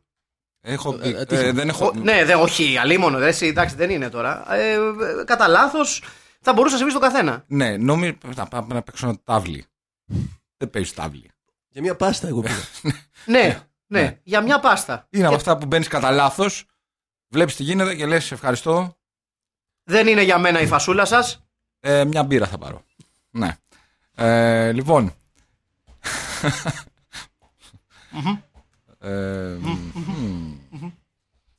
C: Έχω
D: Ε,
C: πει-
D: ε,
C: ε,
D: τι-
C: δεν έχω.
B: Ο- ναι, δε, όχι, αλίμονο. Δε, εσύ, εντάξει, δεν είναι τώρα. Ε, ε, κατά λάθος θα μπορούσες να συμβεί στον καθένα.
C: Ναι, νόμι να πάμε να παίξω ένα
B: [laughs]
C: τάβλι. Δεν παίζει τάβλι.
D: Για μια πάστα
B: [laughs]
D: εγώ πήγα.
B: Ναι, ναι, για μια πάστα.
C: Είναι από
B: Και
C: αυτά που μπαίνεις κατά λάθος, βλέπεις τι γίνεται και λες ευχαριστώ.
B: δεν είναι για μένα η φασούλα σας.
C: Ε, μια μπύρα θα πάρω. Ναι. Ε, λοιπόν. Ε, μμμ.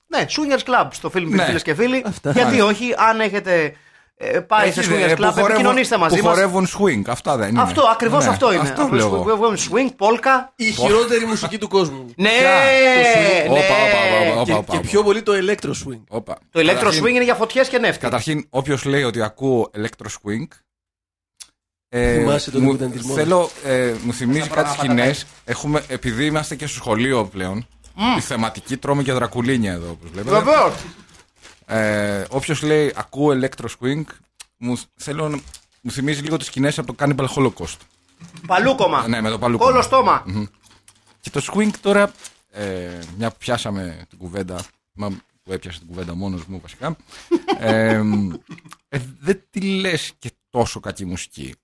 B: Ναι, Swingers Club στο film ναι.
C: Ναι.
B: Φίλες και Φίλοι.
D: Αυτά.
B: Γιατί όχι, αν έχετε ε, πάει σε
C: Έχεις, ε,
B: Swingers
C: που
B: Club,
C: χορεύουν-
B: επικοινωνήστε μαζί
C: Που
B: μας.
C: χορεύουν swing, αυτά δεν είναι.
B: Αυτό, ακριβώς
C: Ναι,
B: αυτό είναι.
C: Αυτό βλέπω.
B: Swing, swing, polka.
D: Η χειρότερη μουσική του κόσμου.
B: Ναι,
D: swing.
B: ναι.
C: Όπα, όπα, όπα, όπα.
D: Και, και πιο πολύ το electro swing.
C: Όπα.
B: Το electro
C: Καταρχήν-
B: swing είναι για φωτιές και νεύτη.
C: Καταρχήν, όποιος λέει ότι ακούω electro swing. ε,
D: Θυμάσαι τότε
C: μου-
D: που ήταν της μόδας.
C: Θέλω, ε, μου θυμίζει κάτι σκηνές. Έχουμε, επειδή είμαστε και στο σχολείο πλέον. Η θεματική τρώμε και δρακουλίνια εδώ, όπως βλέπετε.
B: Βεβαίως.
C: Ε, όποιος λέει ακούω electro swing, μου, θέλω, να- μου θυμίζει λίγο τις σκηνές από το Cannibal Holocaust.
B: Παλούκομα.
C: Ναι, με το παλούκο.
B: Όλο στόμα.
C: Και το swing τώρα, ε, μια που πιάσαμε την κουβέντα, μα που έπιασε την κουβέντα μόνος μου βασικά, ε, ε, δεν τη λες και τόσο κακή μουσική.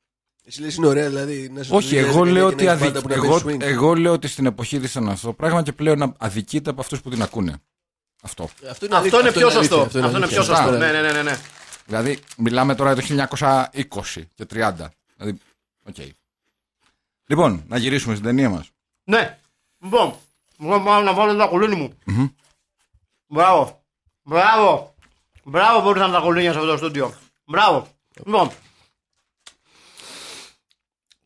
D: Εσύ λες είναι ωραία, δηλαδή. Να σε
C: Όχι,
D: δουλεύει
C: εγώ
D: και
C: λέω,
D: να
C: ότι
D: έχεις
C: αδικ...
D: πάντα που να
C: εγώ,
D: παίζει swing.
C: εγώ λέω ότι στην εποχή της ήταν αυτό το πράγμα και πλέον αδικείται από αυτούς που την ακούνε. Αυτό.
D: Αυτό είναι,
B: Αυτό
D: αλήθεια,
B: είναι πιο
D: αλήθεια,
B: σωστό. Αυτό είναι
D: αλήθεια.
B: πιο σωστό.
D: Σωστά.
B: Ναι, ναι, ναι, ναι, ναι.
C: Δηλαδή, μιλάμε τώρα το 1920 και 30. Δηλαδή, οκ. Λοιπόν, να γυρίσουμε στην ταινία μας.
B: Ναι. Λοιπόν, εγώ πάω να βάλω τα κουλούνι μου. Μπράβο. Μπράβο. Μπράβο που ήρθαν τα κουλούνια σε αυτό το στούντιο. Μπράβο. Λοιπόν.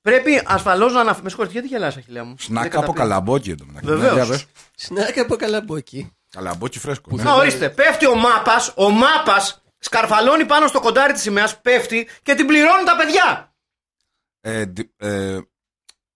B: Πρέπει ασφαλώς να αναφέρω. Με συγχωρείτε, γιατί γελάς Αχιλέα μου. Δεν
C: Σνάκα
B: καταπι-
C: από καλαμπόκι εντωμεταξύ.
B: Βεβαίως.
C: Ναι, βέβαια.
D: Σνάκα από καλαμπόκι.
C: Καλαμπόκι φρέσκο. ναι.
B: Να ορίστε, πέφτει ο μάπας, ο μάπας σκαρφαλώνει πάνω στο κοντάρι της σημαίας, πέφτει και την πληρώνουν τα παιδιά.
C: ε, δι- ε,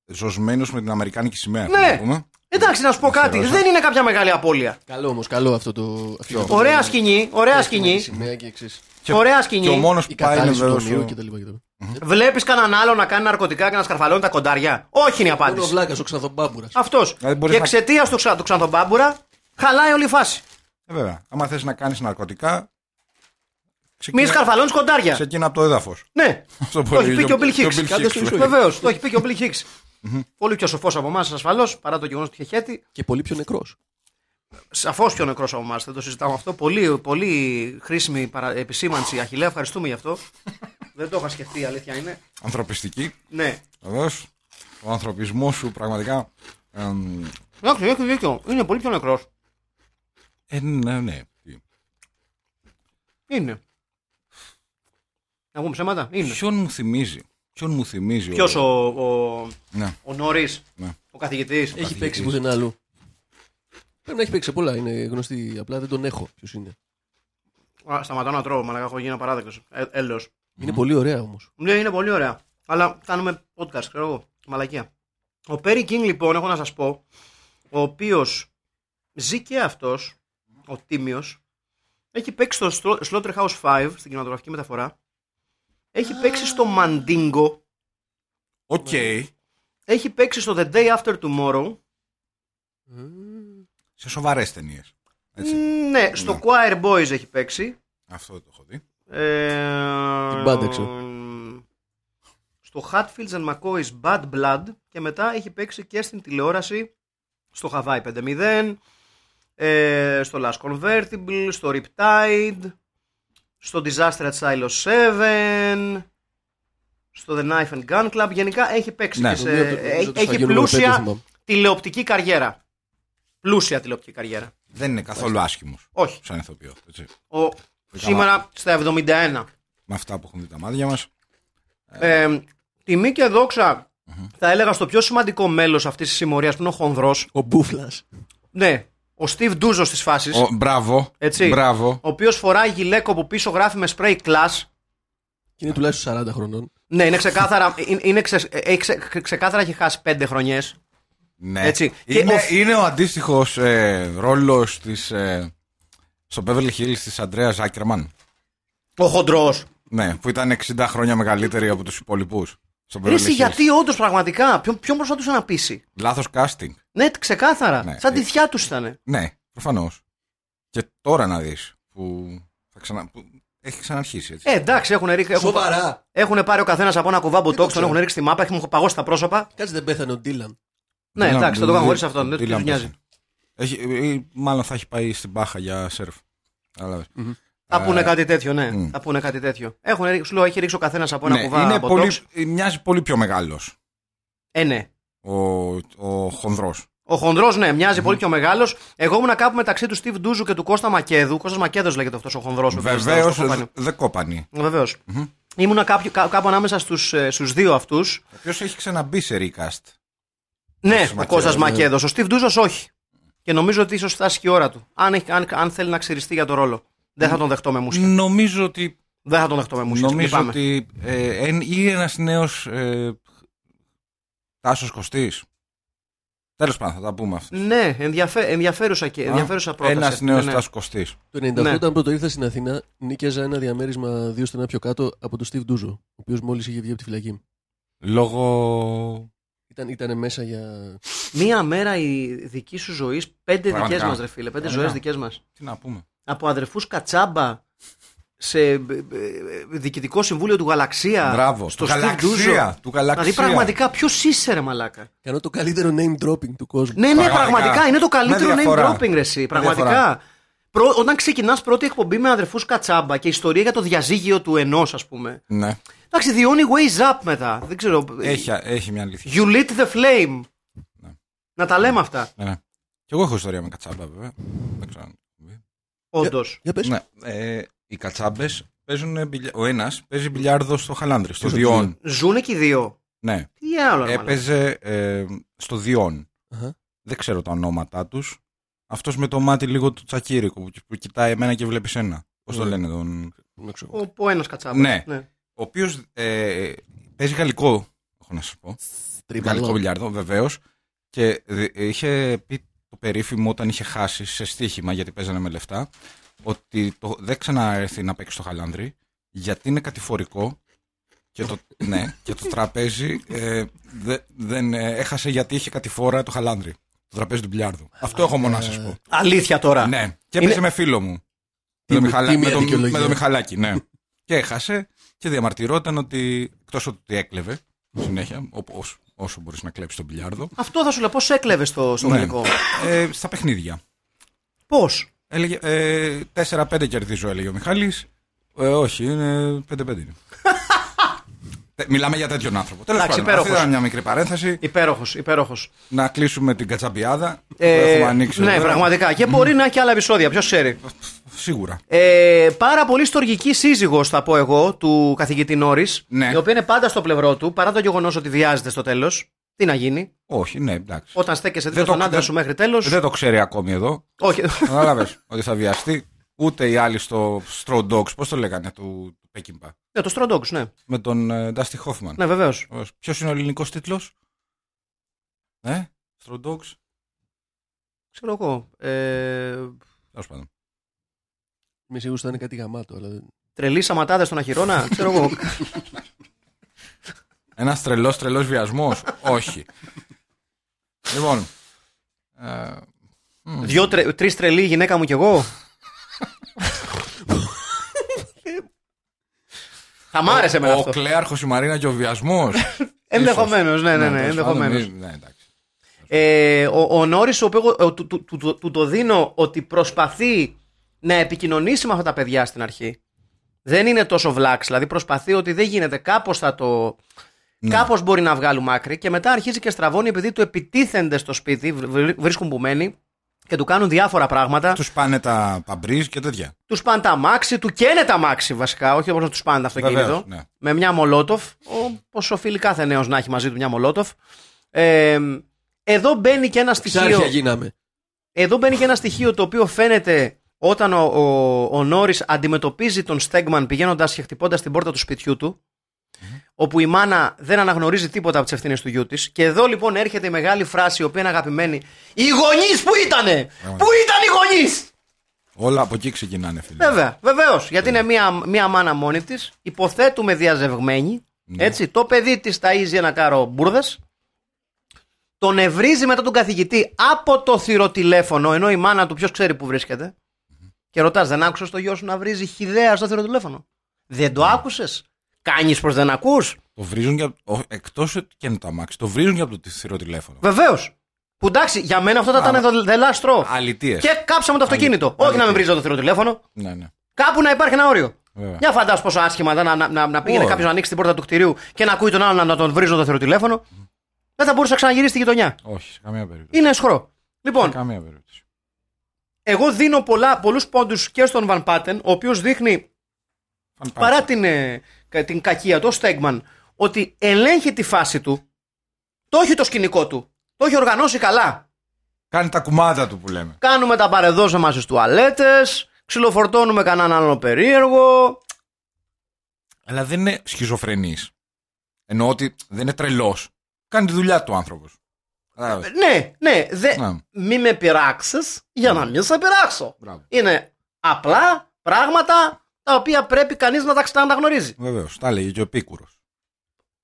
C: ζωσμένος με την Αμερικάνικη σημαία.
B: Ναι.
C: να πούμε.
B: Εντάξει, να σου πω κάτι,
C: Δευτερόλεπτα.
B: δεν είναι κάποια μεγάλη απώλεια.
D: Καλό όμως, καλό αυτό το. αυτό το-
C: Ναι,
D: Ναι,
B: Ωραία σκηνή, ωραία σκηνή.
D: Σημαία και εξής.
C: Και,
B: Ωραία
C: και ο
B: σκηνή.
C: μόνο
D: Η
C: που πάει είναι
D: κατάλυση του ομοιού
C: βέβαιο.
D: και τα λοιπά. και τα λοιπά.
B: Βλέπεις κανέναν άλλο να κάνει ναρκωτικά και να σκαρφαλώνει τα κοντάρια. Όχι είναι η
D: Μόνο ο
B: απάντηση.
D: Βλάκας, ο Ξαδομπάμπουρα.
B: Αυτός.
C: Δηλαδή
B: Και
C: μπορείς να-
B: εξαιτίας του, ξα... του ξανθομπάμπουρα χαλάει όλη η φάση.
C: Ε, βέβαια. Άμα θες να κάνεις ναρκωτικά.
B: Μη σκαρφαλώνεις κοντάρια.
C: Ξεκινά από το έδαφος. [laughs]
B: Ναι.
C: Αυτό που
B: Το έχει
C: έλεγε
B: πει και ο Bill
C: και ο
B: Hicks.
C: Bill Hicks,
B: Κάντε
C: βέβαια.
B: Βεβαίως, το έχει πει και ο Bill Hicks. Πολύ πιο σοφός από εμάς, ασφαλώς, παρά το γεγονός του χεχέτη.
D: Και πολύ πιο νεκρός.
B: Σαφώς πιο νεκρός από εμάς, δεν το συζητάμε αυτό. Πολύ, πολύ χρήσιμη παρα... επισήμανση, Αχηλέα, ευχαριστούμε γι'
C: [laughs]
B: αυτό. δεν το είχα σκεφτεί, η αλήθεια είναι.
C: Ανθρωπιστική.
B: Ναι.
C: Βεβαίως. Ο ανθρωπισμός σου πραγματικά. εμ,
B: Εντάξει, έχει δίκιο. Είναι πολύ πιο νεκρός.
C: Ε, ναι, ναι.
B: Είναι. Να πούμε ψέματα. Είναι.
C: Ποιον μου θυμίζει. Ποιον μου θυμίζει.
B: Ποιος ο, ο,
C: Ναι,
B: ο Νόρη,
C: ναι.
B: ο καθηγητής.
D: Έχει παίξει πουθενά αλλού. Πρέπει να έχει παίξει σε πολλά. Είναι γνωστή. Απλά δεν τον έχω. Ποιος είναι.
B: Σταματάω να τρώω, μαλακά έχω γίνει απαράδεκτος. Ε, έλεος.
D: Είναι πολύ ωραία όμως.
B: Ναι, είναι πολύ ωραία. Αλλά κάνουμε podcast, ξέρω εγώ. Μαλακία. Ο Πέρι Κίνγκ, λοιπόν, έχω να σας πω, ο οποίος ζει και αυτός, ο τίμιος, έχει παίξει στο Slaughterhouse 5 στην κινηματογραφική μεταφορά. Έχει παίξει στο Mandingo.
C: Οκ.
B: Έχει παίξει στο The Day After Tomorrow.
C: Σε σοβαρές ταινίες. Έτσι.
B: Ναι, στο Choir Boys έχει παίξει.
C: Αυτό το έχω δει.
B: Ε,
D: Την πάντεξε.
B: Στο Hatfields and McCoy's Bad Blood και μετά έχει παίξει και στην τηλεόραση στο Hawaii 5-0, ε, στο Last Convertible, στο Riptide, στο Disaster at Silo 7, στο The Knife and Gun Club. Γενικά έχει παίξει
C: Ναι.
B: και σε,
D: Νομίζω το- νομίζω
B: έχει,
D: το
B: έχει
D: Σφαγγελούλου Πέτρο
B: πλούσια
D: θυμάμαι.
B: τηλεοπτική καριέρα. Πλούσια τηλεοπτική καριέρα.
C: Δεν είναι καθόλου άσχημος
B: Όχι.
C: σαν ηθοποιό. έτσι.
B: Ο, σήμερα στα 71.
C: Με αυτά που έχουν δει τα μάτια μας.
B: Ε, τιμή και δόξα, θα έλεγα στο πιο σημαντικό μέλος αυτής της συμμορίας που είναι ο Χονδρός.
D: Ο Μπούφλας.
B: Ναι, ο Steve Ντούζο τη φάση. Ο,
C: Μπράβο.
B: Έτσι.
C: Μπράβο.
B: οποίος φοράει γυλαίκο που πίσω γράφει με spray class.
D: Και είναι τουλάχιστον 40 χρονών.
B: Ναι, είναι ξεκάθαρα. είναι- είναι ξε- έχει ξε- ε, ξεκάθαρα έχει χάσει πέντε χρονιές.
C: Ναι.
B: Έτσι. Και
C: Είναι,
B: ο-
C: είναι ο ε, αντίστοιχο ρόλο ε, στο Beverly Hills της Αντρέα Άκερμαν.
B: Ο χοντρός.
C: Ναι, που ήταν 60 χρόνια μεγαλύτερη από τους υπόλοιπου. Στο Beverly
B: Ρίση,
C: Hills.
B: γιατί όντως πραγματικά. Ποιον, ποιον προσπαθούσε να πείσει.
C: Λάθος casting.
B: Ναι, ξεκάθαρα.
C: Ναι.
B: Σαν τη θιά τους ήταν.
C: Ναι, προφανώς. Και τώρα να δεις που, θα ξανα... που έχει ξαναρχίσει. Έτσι.
B: Ε, εντάξει, έχουν, ρίξει- έχουν,
D: Σοβαρά.
B: έχουν πάρει ο καθένας από ένα κουβά μποτόξ, τον
D: ξέρω.
B: έχουν ρίξει στη μάπα, έχουν παγώσει τα πρόσωπα.
D: Κάτσε δεν πέθανε ο Ντίλαν.
B: Ναι,
C: Dylan-
B: εντάξει, θα το
C: Dylan-
B: κάνω χωρίς αυτόν. Δεν
C: Dylan
B: τους νοιάζει.
C: Pearson. Έχει, ε, ε, μάλλον θα έχει πάει στην πάχα για σερφ. Κατάλαβες.
B: Θα
C: Ε,
B: πούνε κάτι τέτοιο, ναι.
C: μ.
B: Θα πούνε κάτι τέτοιο. Έχουν, ρί- σου λέω, έχει ρίξει ο καθένας από ένα
C: Ναι,
B: κουβά
C: είναι
B: από
C: πολύ,
B: τόξ.
C: ε, μοιάζει πολύ πιο μεγάλος
B: Ε, ναι.
C: ο, ο χονδρός.
B: Ο χονδρός, ναι, μοιάζει πολύ πιο μεγάλος. Εγώ ήμουν κάπου μεταξύ του Steve Ντούζου και του Κώστα Μακέδου. Κώστας Μακέδος λέγεται αυτός ο χονδρός.
C: Βεβαίω δεν κόπανει.
B: Βεβαίω. Ε, Ήμουνα κάποιο- κά- κάπου ανάμεσα στους δύο αυτούς.
C: Ο οποίος έχει ξαναμπεί σε recast.
B: Ναι,
C: Κώστας
B: ο Κώστα
D: Μακέδος,
B: Μακέδος. Ο Steve Ντούζος όχι. Και νομίζω ότι ίσως φτάσει και η ώρα του. Αν, έχει- αν, αν θέλει να ξυριστεί για το ρόλο. Δεν θα τον δεχτώ με μουσική.
C: Νομίζω ότι,
B: Δεν θα τον δεχτώ με μουσική.
C: νομίζω
B: Λυπάμαι.
C: ότι ε, εν- ή ένας νέος ε, Τάσος Κωστή. Τέλος πάντων, θα τα πούμε αυτά.
B: Ναι, ενδιαφέ, ενδιαφέρουσα, και, ενδιαφέρουσα πρόταση.
C: Ένας
B: αυτή,
C: νέος
B: ναι.
C: Τάσος Κωστή.
D: Το 98
B: Ναι.
D: όταν πρώτο ήρθα στην Αθήνα, νίκιαζα ένα διαμέρισμα δύο στενά πιο κάτω από τον Στίβ Ντούζο, ο οποίος μόλις είχε βγει από τη φυλακή.
C: Λόγω.
D: Ήταν, ήτανε μέσα για.
B: Μία μέρα η δική σου ζωής, πέντε
C: Πραγματικά.
B: δικές μας, ρε φίλε. Πέντε ζωές
C: Πραγματικά.
B: δικές μας.
C: Τι να πούμε.
B: Από αδερφούς Κατσάμπα σε ε, ε, διοικητικό συμβούλιο του Γαλαξία.
C: Μπράβο.
B: στο
C: του
B: Steve
C: γαλαξία.
B: Ντούζο.
C: Του
B: Δηλαδή
C: γαλαξία.
B: πραγματικά ποιος είσαι, ρε Μαλάκα.
D: Κάνω το καλύτερο name dropping του κόσμου.
B: Ναι, ναι,
C: Πραγματικά.
B: πραγματικά. Είναι το καλύτερο
C: Με
B: name
C: διαφορά.
B: dropping, ρε, εσύ. Πραγματικά.
C: διαφορά.
B: Προ- όταν ξεκινάς πρώτη εκπομπή με αδερφούς Κατσάμπα και ιστορία για το διαζύγιο του ενός, ας πούμε.
C: Ναι.
B: Εντάξει, the only ways up μετά. Δεν ξέρω.
C: Έχει, Ναι. έχει μια αλήθεια.
B: You lit the flame. Να τα λέμε αυτά.
C: Ναι, ναι. Και εγώ έχω ιστορία με κατσάμπα, βέβαια. Δεν ξέρω. αν το έχω πει.
B: Όντως.
D: Για πες.
C: Ναι. Ε, οι κατσάμπες παίζουν. μπιλια- Ο ένας παίζει μπιλιάρδο στο Χαλάνδρη, στο
D: Πόσο
C: Διόν.
B: Ζούνε και οι δύο.
C: Ναι.
B: Τι άλλο, ρε, μαλάκα.
C: Έπαιζε ε, στο Διόν.
D: Αχα.
C: Δεν ξέρω τα ονόματά τους. Αυτός με το μάτι λίγο του τσακύρικου που, που κοιτάει εμένα και βλέπει ένα. Πώς το
D: Ναι.
C: λένε τον.
D: Δεν ξέρω.
B: Ο, ο ένας κατσάμπα.
C: Ναι. Ο οποίος ε, παίζει γαλλικό, έχω να σα πω.
D: Τριπαλό.
C: Γαλλικό μπιλιάρδο, βεβαίως. Και δι- είχε πει το περίφημο όταν είχε χάσει σε στοίχημα, γιατί παίζανε με λεφτά, ότι το, δεν ξαναέρθει να παίξει στο χαλάνδρι, γιατί είναι κατηφορικό και το, ναι, και το τραπέζι ε, δε- δεν ε, έχασε γιατί είχε κατηφόρα το χαλάνδρι. Το τραπέζι του μπιλιάρδου. Αυτό έχω μόνο να σας πω.
B: Αλήθεια τώρα.
C: Ναι. Και έπαιζε με φίλο μου. Με τον
D: Τίμη-
C: Μιχαλα-
D: τίμια
C: με τον-
D: δικαιολογία.
C: με τον Μιχαλάκη, ναι. και έχασε και διαμαρτυρόταν ότι εκτός ότι έκλεβε συνέχεια, όπου- όσο, όσο μπορείς να κλέψεις τον πιλιάρδο,
B: Αυτό θα σου λέω. Πώς έκλεβες στο, στο
C: Ναι.
B: γαλλικό.
C: ε, στα παιχνίδια.
B: Πώς.
C: Έλεγε, ε, 4-5 κερδίζω, έλεγε ο Μιχάλης. Ε, όχι, είναι 5-5. είναι. Τε- Μιλάμε για τέτοιον άνθρωπο. Τέλος
B: Εντάξει,
C: πάντων, αυτή
B: υπέροχος.
C: ήταν μια μικρή παρένθεση.
B: Υπέροχος, υπέροχος.
C: Να κλείσουμε την κατσαπιάδα που έχουμε ανοίξει.
B: ναι,
C: εδώ πέρα.
B: πραγματικά. Και μπορεί να έχει άλλα επεισόδια, ποιος ξέρει.
C: Σίγουρα.
B: Ε, πάρα πολύ στοργική σύζυγος, θα πω εγώ, του καθηγητή Νόρη.
C: Ναι.
B: Η οποία είναι πάντα στο πλευρό του, παρά το γεγονός ότι βιάζεται στο τέλος. Τι να γίνει.
C: Όχι, ναι, εντάξει.
B: Όταν στέκεσαι δίπλα
C: Δεν το-
B: στον άντρα
C: δεν-
B: σου μέχρι τέλος.
C: Δεν το ξέρει ακόμη εδώ.
B: Όχι. [laughs] Ναι,
C: Κατάλαβε ότι θα βιαστεί. Ούτε οι άλλοι στο Straw Dogs, πώς το λέγανε, του του Πέκυμπα.
B: ναι, το Strong Dogs, ναι.
C: Με τον ε, Dusty Hoffman.
B: Ναι, βεβαίως.
C: Ποιος είναι ο ελληνικός τίτλος, Ε, Straw Dogs.
B: Ξέρω εγώ. Ε,
C: Τέλος πάντων.
D: Είμαι σίγουρος ότι θα είναι κάτι γαμάτο. Αλλά... δεν-
B: τρελή σαματάδα στον Αχυρώνα. ξέρω εγώ.
C: Ένας τρελός τρελός βιασμός.
B: [laughs]
C: Όχι. Λοιπόν. ε, μ,
B: Δυο, τρε, τρεις τρελοί, η γυναίκα μου κι εγώ. Θα μ' άρεσε εμένα
C: ο
B: αυτό.
C: κλέαρχος η Μαρίνα και ο
B: [laughs]
C: βιασμός.
B: Ενδεχομένως, ναι, ναι, ναι.
C: τέλος πάντων,
B: ενδεχομένως.
C: μη- Ναι, εντάξει.
B: Ε, ο, ο Νόρις, ο οποίο εγώ, ε, του, του, του- του- του το δίνω ότι προσπαθεί να επικοινωνήσει με αυτά τα παιδιά στην αρχή. Δεν είναι τόσο βλάξ, δηλαδή προσπαθεί ότι δεν γίνεται. Κάπως θα το.
C: Ναι.
B: Κάπως μπορεί να βγάλουμε άκρη και μετά αρχίζει και στραβώνει επειδή του επιτίθενται στο σπίτι, βρ- βρ- βρίσκουν που μένει και του κάνουν διάφορα πράγματα.
C: Τους πάνε τα παμπρίζ και τέτοια.
B: Τους πάνε τα μάξι, του καίνε τα μάξι βασικά, όχι όπως να τους πάνε τα αυτοκίνητο.
C: Βεβαίως, ναι.
B: Με μια μολότοφ, όπω οφείλει κάθε νέος να έχει μαζί του μια μολότοφ. Ε, εδώ μπαίνει και ένα στοιχείο.
D: Ψάρχια γίναμε.
B: Εδώ μπαίνει και ένα στοιχείο το οποίο φαίνεται όταν ο, ο, ο Νόρι αντιμετωπίζει τον Στέγμαν πηγαίνοντας και χτυπώντας την πόρτα του σπιτιού του. Όπου η μάνα δεν αναγνωρίζει τίποτα από τις ευθύνες του γιού της. Και εδώ λοιπόν έρχεται η μεγάλη φράση, η οποία είναι αγαπημένη. Οι γονείς που ήτανε! Πού ήταν οι γονείς!
C: Όλα από εκεί ξεκινάνε, φίλε.
B: Βέβαια, βεβαίως. Γιατί είναι μία, μία μάνα μόνη της, υποθέτουμε διαζευγμένη. Έτσι, το παιδί της ταΐζει ένα κάρο μπουρδες. Τον ευρίζει μετά τον καθηγητή από το θηροτηλέφωνο, ενώ η μάνα του ποιος ξέρει που βρίσκεται. Και ρωτάς, δεν άκουσες το γιο σου να βρίζει χιδέα στο θηροτηλέφωνο. Δεν το άκουσες. Κάνεις πως δεν ακούς.
C: Το βρίζουν και από... Εκτός ότι και είναι το αμάξι, το βρίζουν και από το θηρό τηλέφωνο.
B: Βεβαίως. Που εντάξει, για μένα αυτό θα ήταν δελάστρο.
C: Αλητίες.
B: Και κάψαμε το αυτοκίνητο.
C: Αλήθεια.
B: Όχι να με βρίζει το θηροτηλέφωνο.
C: Ναι, ναι.
B: Κάπου να υπάρχει ένα όριο.
C: Βέβαια.
B: Για φαντάσου πόσο άσχημα ήταν να, να, να, να πήγαινε
C: Ωραία.
B: κάποιος να ανοίξει την πόρτα του κτηρίου και να ακούει τον άλλον να, να τον βρίζουν το θηροτηλέφωνο. Δεν θα μπορούσε να ξαναγυρίσει στη γειτονιά.
C: Όχι, σε καμία περίπτωση.
B: Είναι αισχρό. Λοιπόν,
C: Σε καμία περίπτωση.
B: εγώ δίνω πολλά, πολλούς πόντους και στον Βαν Πάτεν, ο οποίος δείχνει,
C: Φαν
B: παρά
C: πάρτι.
B: την, ε, κα- την κακία του, ο Στέγμαν, ότι ελέγχει τη φάση του, το έχει το σκηνικό του, το έχει οργανώσει καλά.
C: Κάνει τα κουμάτα του που λέμε.
B: Κάνουμε τα παρεδόσα μας στις τουαλέτες, ξυλοφορτώνουμε κανέναν άλλο περίεργο.
C: Αλλά δεν είναι σχιζοφρενής. Εννοώ ότι δεν είναι τρελός. Κάνει τη δουλειά του άνθρωπος. Κατάλαβες.
B: Ναι, ναι, δε,
C: Ναι.
B: μη με πειράξεις για να μην σε πειράξω.
C: Μπράβο.
B: Είναι απλά πράγματα τα οποία πρέπει κανείς να τα ξαναγνωρίζει.
C: Βεβαίως. Τα λέγει και ο Επίκουρος.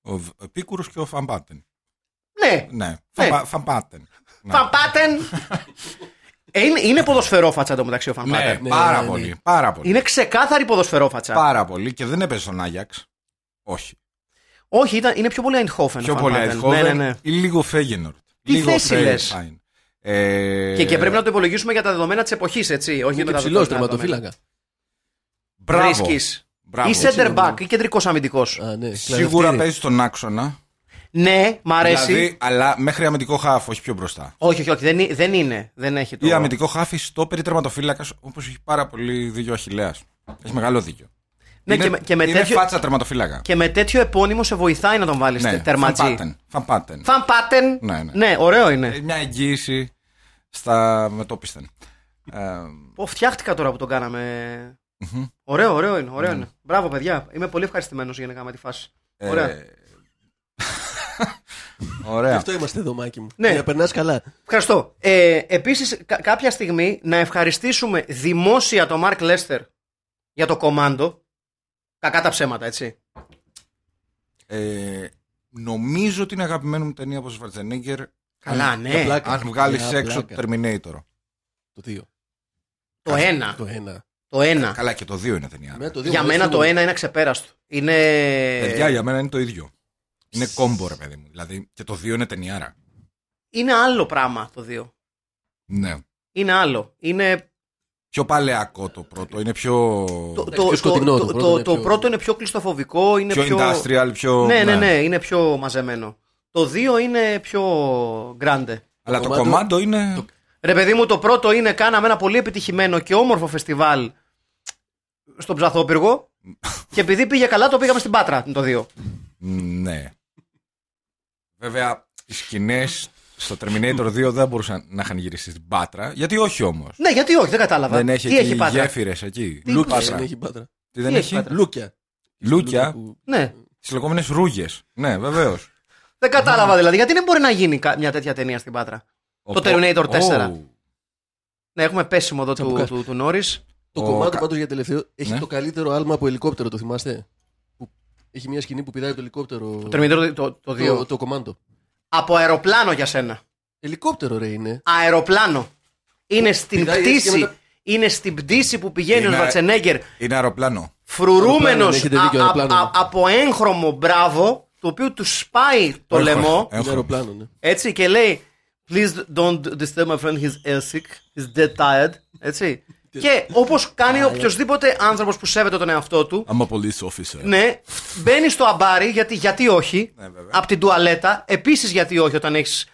C: Ο Β- Επίκουρος και ο Φαμπάτεν.
B: Ναι,
C: Ναι.
B: Ναι.
C: Φαμπα- Φαμπάτεν. Ναι.
B: Φαμπάτεν. Ε, είναι, είναι ποδοσφαιρόφατσα το μεταξύ ο Φαμπάτεν.
C: Ναι,
D: Ναι,
C: πάρα
D: ναι, ναι.
C: πολύ. Πάρα πολύ.
B: Είναι ξεκάθαρη ποδοσφαιρόφατσα.
C: Πάρα πολύ και δεν έπαιζε στον Άγιαξ. Όχι.
B: Όχι, ήταν, είναι πιο πολύ Eindhoven.
C: Πιο
B: ο
C: πολύ
B: Φαμπάτεν.
C: Eindhoven
B: Ναι, ναι, ναι.
C: ή λίγο Φέγενορτ.
B: Τι
C: λίγο
B: θέση
C: Feyenoord
B: λες?
C: Fine. Ε,
B: Και, και πρέπει να το υπολογίσουμε για τα δεδομένα της εποχής, έτσι. Όχι
D: Είναι
B: για
D: και
B: τα
D: ψηλός
B: δεδομένα.
D: τερματοφύλακα.
C: Μπράβο.
B: Βρίσκεις.
C: Μπράβο.
B: Ή center
D: είναι.
B: back ή κεντρικός αμυντικός.
C: Ε.
D: Α, ναι.
C: Σίγουρα
D: κλαδευτήρι.
C: παίζει στον άξονα.
B: Ναι, μ' αρέσει.
C: Δηλαδή, αλλά μέχρι αμυντικό χάφ, όχι πιο μπροστά.
B: Όχι, όχι, όχι. Δεν, είναι- δεν είναι. Δεν έχει το.
C: Ή αμυντικό χάφ στο περιτρεματοφύλακα, όπως έχει πάρα πολύ δίκιο ο Αχηλέα. Έχει μεγάλο δίκιο.
B: Ναι,
C: είναι,
B: και με- και με
C: είναι
B: τέτοιο-
C: φάτσα τερματοφύλακα.
B: Και με τέτοιο επώνυμο σε βοηθάει να τον βάλεις
C: ναι,
B: τερματζή.
C: Φαν Φαμπάτεν.
B: Φαν Πάτεν.
C: Ναι, ναι.
B: ωραίο
C: Ε,
B: είναι.
C: Μια εγγύηση στα μετόπισθεν. Ε,
B: Πω, φτιάχτηκα τώρα που τον κάναμε. Ωραίο, ωραίο είναι. Ωραίο είναι. Μπράβο, παιδιά. Είμαι πολύ ευχαριστημένος γενικά με τη φάση.
C: Ναι. ε,
B: Ωραία.
C: [laughs]
D: Γι'
C: Ωραία.
D: αυτό είμαστε εδώ, Μάκη μου.
B: Ναι.
D: Για Να περνάς καλά.
B: Ευχαριστώ. Ε, Επίσης, κάποια στιγμή να ευχαριστήσουμε δημόσια τον Μαρκ Λέστερ για το κομμάντο. Κακά τα ψέματα, έτσι.
C: Ε, νομίζω ότι είναι αγαπημένη μου ταινία από Σβαρτζενίγκερ. ε,
B: Καλά,
D: Τα
B: ναι.
D: πλάκα.
C: Αν βγάλει
D: Μια
C: έξω το
D: πλάκα.
C: Terminator.
D: Το δύο.
B: Το ένα.
D: Το ένα.
B: Το ένα.
C: Καλά, και το 2 είναι ταινία.
D: Εμένα το δύο
B: Για
D: μου αρέσει
B: μένα το
D: πολύ.
B: ένα είναι ξεπέραστο. Είναι. Ε,
C: Παιδιά, για μένα είναι το ίδιο. Είναι κόμπο, ρε παιδί μου. Δηλαδή και το 2 είναι ταινιάρα.
B: Είναι άλλο πράγμα το δύο.
C: Ναι.
B: Είναι άλλο. Είναι
C: πιο παλαιακό το πρώτο. Είναι πιο.
B: Το,
D: Ναι. πιο σκοτεινό
B: το,
D: το πρώτο
B: το-
D: είναι
B: το
D: πιο-
B: πρώτο είναι πιο κλειστοφοβικό, είναι
C: πιο,
B: πιο.
C: industrial, πιο.
B: ναι, ναι, ναι, είναι πιο μαζεμένο. Το δύο είναι πιο grande.
C: Αλλά το
D: Το κομμάτι-
C: κομμάτι είναι.
B: Ρε παιδί μου, το πρώτο είναι κάναμε ένα πολύ επιτυχημένο και όμορφο φεστιβάλ στον
D: [laughs]
B: Ψαθόπυργο. και επειδή πήγε καλά, το πήγαμε στην Πάτρα το δύο.
C: Ναι. Βέβαια, οι σκηνές στο Terminator 2 δεν μπορούσαν να είχαν γυριστεί στην Πάτρα. Γιατί όχι όμως.
B: Ναι, γιατί όχι, δεν κατάλαβα.
C: Δεν έχει
B: Τι έχει
C: εκεί
B: η Πάτρα.
C: γέφυρες εκεί.
B: Τι
D: Λούκια
B: Πάτρα.
D: δεν έχει Πάτρα.
C: Τι δεν
B: τι έχει
C: έχει.
B: Πάτρα.
D: Λούκια.
C: Λούκια.
D: που-
B: Ναι.
C: Τι λεγόμενες ρούγες. Ναι, βεβαίως.
B: Δεν κατάλαβα δηλαδή. Γιατί δεν μπορεί να γίνει κα- μια τέτοια ταινία στην Πάτρα. Το Terminator 4. Ναι, έχουμε πέσιμο εδώ του,
D: Τσαμπουκάς.
B: του, του Νόρις.
D: Το
C: Ο
D: κομμάτι
C: κα-
D: πάντως για τελευταίο έχει
C: Ναι.
D: το καλύτερο άλμα από ελικόπτερο, το θυμάστε. Που έχει μια σκηνή που πηδάει το ελικόπτερο.
B: Το Terminator το, το δύο.
D: το, το κομμάντο.
B: Από αεροπλάνο για σένα.
D: Ελικόπτερο ρε είναι.
B: Αεροπλάνο. Είναι στην
D: Πηδάει έτσι και
B: πτήση.
D: μετά-
B: Είναι στην πτήση που πηγαίνει ο
C: Είναι-
B: Σβατσενέγκερ
C: Είναι αεροπλάνο.
B: φρουρούμενος
D: Αεροπλάνο, έχετε δίκιο, αεροπλάνο.
B: από έγχρωμο μπράβο, το οποίο του σπάει το
C: Έγχρωμο.
B: λαιμό.
C: Έχω.
D: Είναι αεροπλάνο, ναι.
B: Έτσι και λέει Please don't disturb my friend, he's airsick, he's dead tired. Έτσι. και όπως κάνει οποιοδήποτε άνθρωπος που σέβεται τον εαυτό του,
C: I'm a police officer. Ναι,
B: ναι, μπαίνει στο αμπάρι γιατί, γιατί όχι,
D: Ναι.
C: βέβαια.
B: από την τουαλέτα. Επίσης γιατί όχι όταν έχεις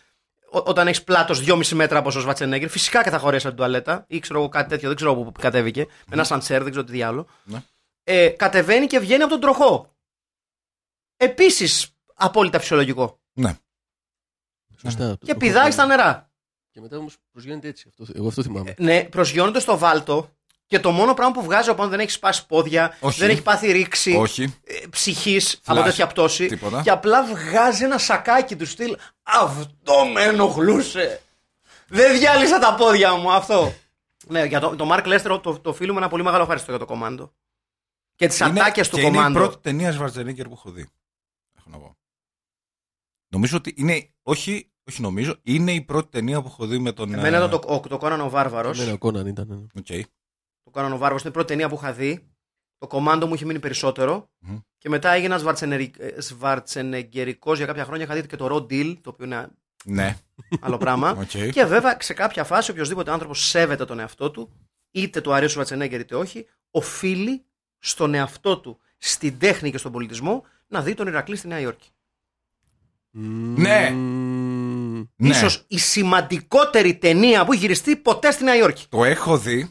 B: ό- όταν έχεις πλάτος 2,5 μέτρα από ο Σβατσενέγκερ, φυσικά και θα χωρέσει από την τουαλέτα ή ξέρω εγώ κάτι τέτοιο, δεν ξέρω που κατέβηκε. Με ένα σαντσέρ, δεν ξέρω τι διάλογο.
C: Ναι.
B: Ε, κατεβαίνει και βγαίνει από τον τροχό. Επίσης απόλυτα φυσιολογικό.
C: Ναι.
D: Σωστά.
B: Και πηδάει στα νερά.
D: Και μετά όμως προσγειώνεται έτσι. Αυτό, εγώ αυτό
C: Ε.
D: θυμάμαι.
B: Ναι, προσγειώνεται στο βάλτο και το μόνο πράγμα που βγάζει από πάνω δεν έχει σπάσει πόδια,
C: Όχι.
B: δεν έχει πάθει ρήξη
C: Όχι.
B: ψυχή Ε, από
C: Flash,
B: τέτοια πτώση.
C: τίποτα.
B: Και απλά βγάζει ένα σακάκι του στυλ. Αυτό με ενοχλούσε. Δεν διάλυσα τα πόδια μου αυτό. ναι, για το, το Mark Lester το, το οφείλουμε ένα πολύ μεγάλο ευχαριστώ για το κομμάντο. Και τις ατάκες του
C: και είναι η
B: κομμάντο.
C: πρώτη ταινία Σβαρτζενίγκερ που έχω δει. Έχω να πω. Νομίζω ότι είναι. Όχι, όχι νομίζω. Είναι η πρώτη ταινία που έχω δει με τον.
B: Εμένα
C: ε,
B: το, το, το Conan ο Βάρβαρος.
D: Εμένα ο Κόναν ήταν. ναι.
C: οκ.
B: Το Conan ο Βάρβαρος ήταν η πρώτη ταινία που είχα δει. Το κομμάντο μου είχε μείνει περισσότερο.
C: Μμμ.
B: Και μετά έγινα σβαρτσενεγκερικό ε, για κάποια χρόνια. Είχα δει και το Raw Deal, το οποίο είναι
C: Ναι.
B: άλλο
C: [laughs]
B: πράγμα.
C: οκ.
B: Και βέβαια σε κάποια φάση οποιοδήποτε άνθρωπος σέβεται τον εαυτό του, είτε του αρέσει ο Βατσενέγκερ είτε όχι, οφείλει στον εαυτό του, στην τέχνη και στον πολιτισμό, να δει τον Ηρακλή στη Νέα Υόρκη.
C: Ναι.
D: Μμμ.
C: Ναι.
B: Ίσως η σημαντικότερη ταινία που έχει γυριστεί ποτέ στη Νέα Υόρκη.
C: Το έχω δει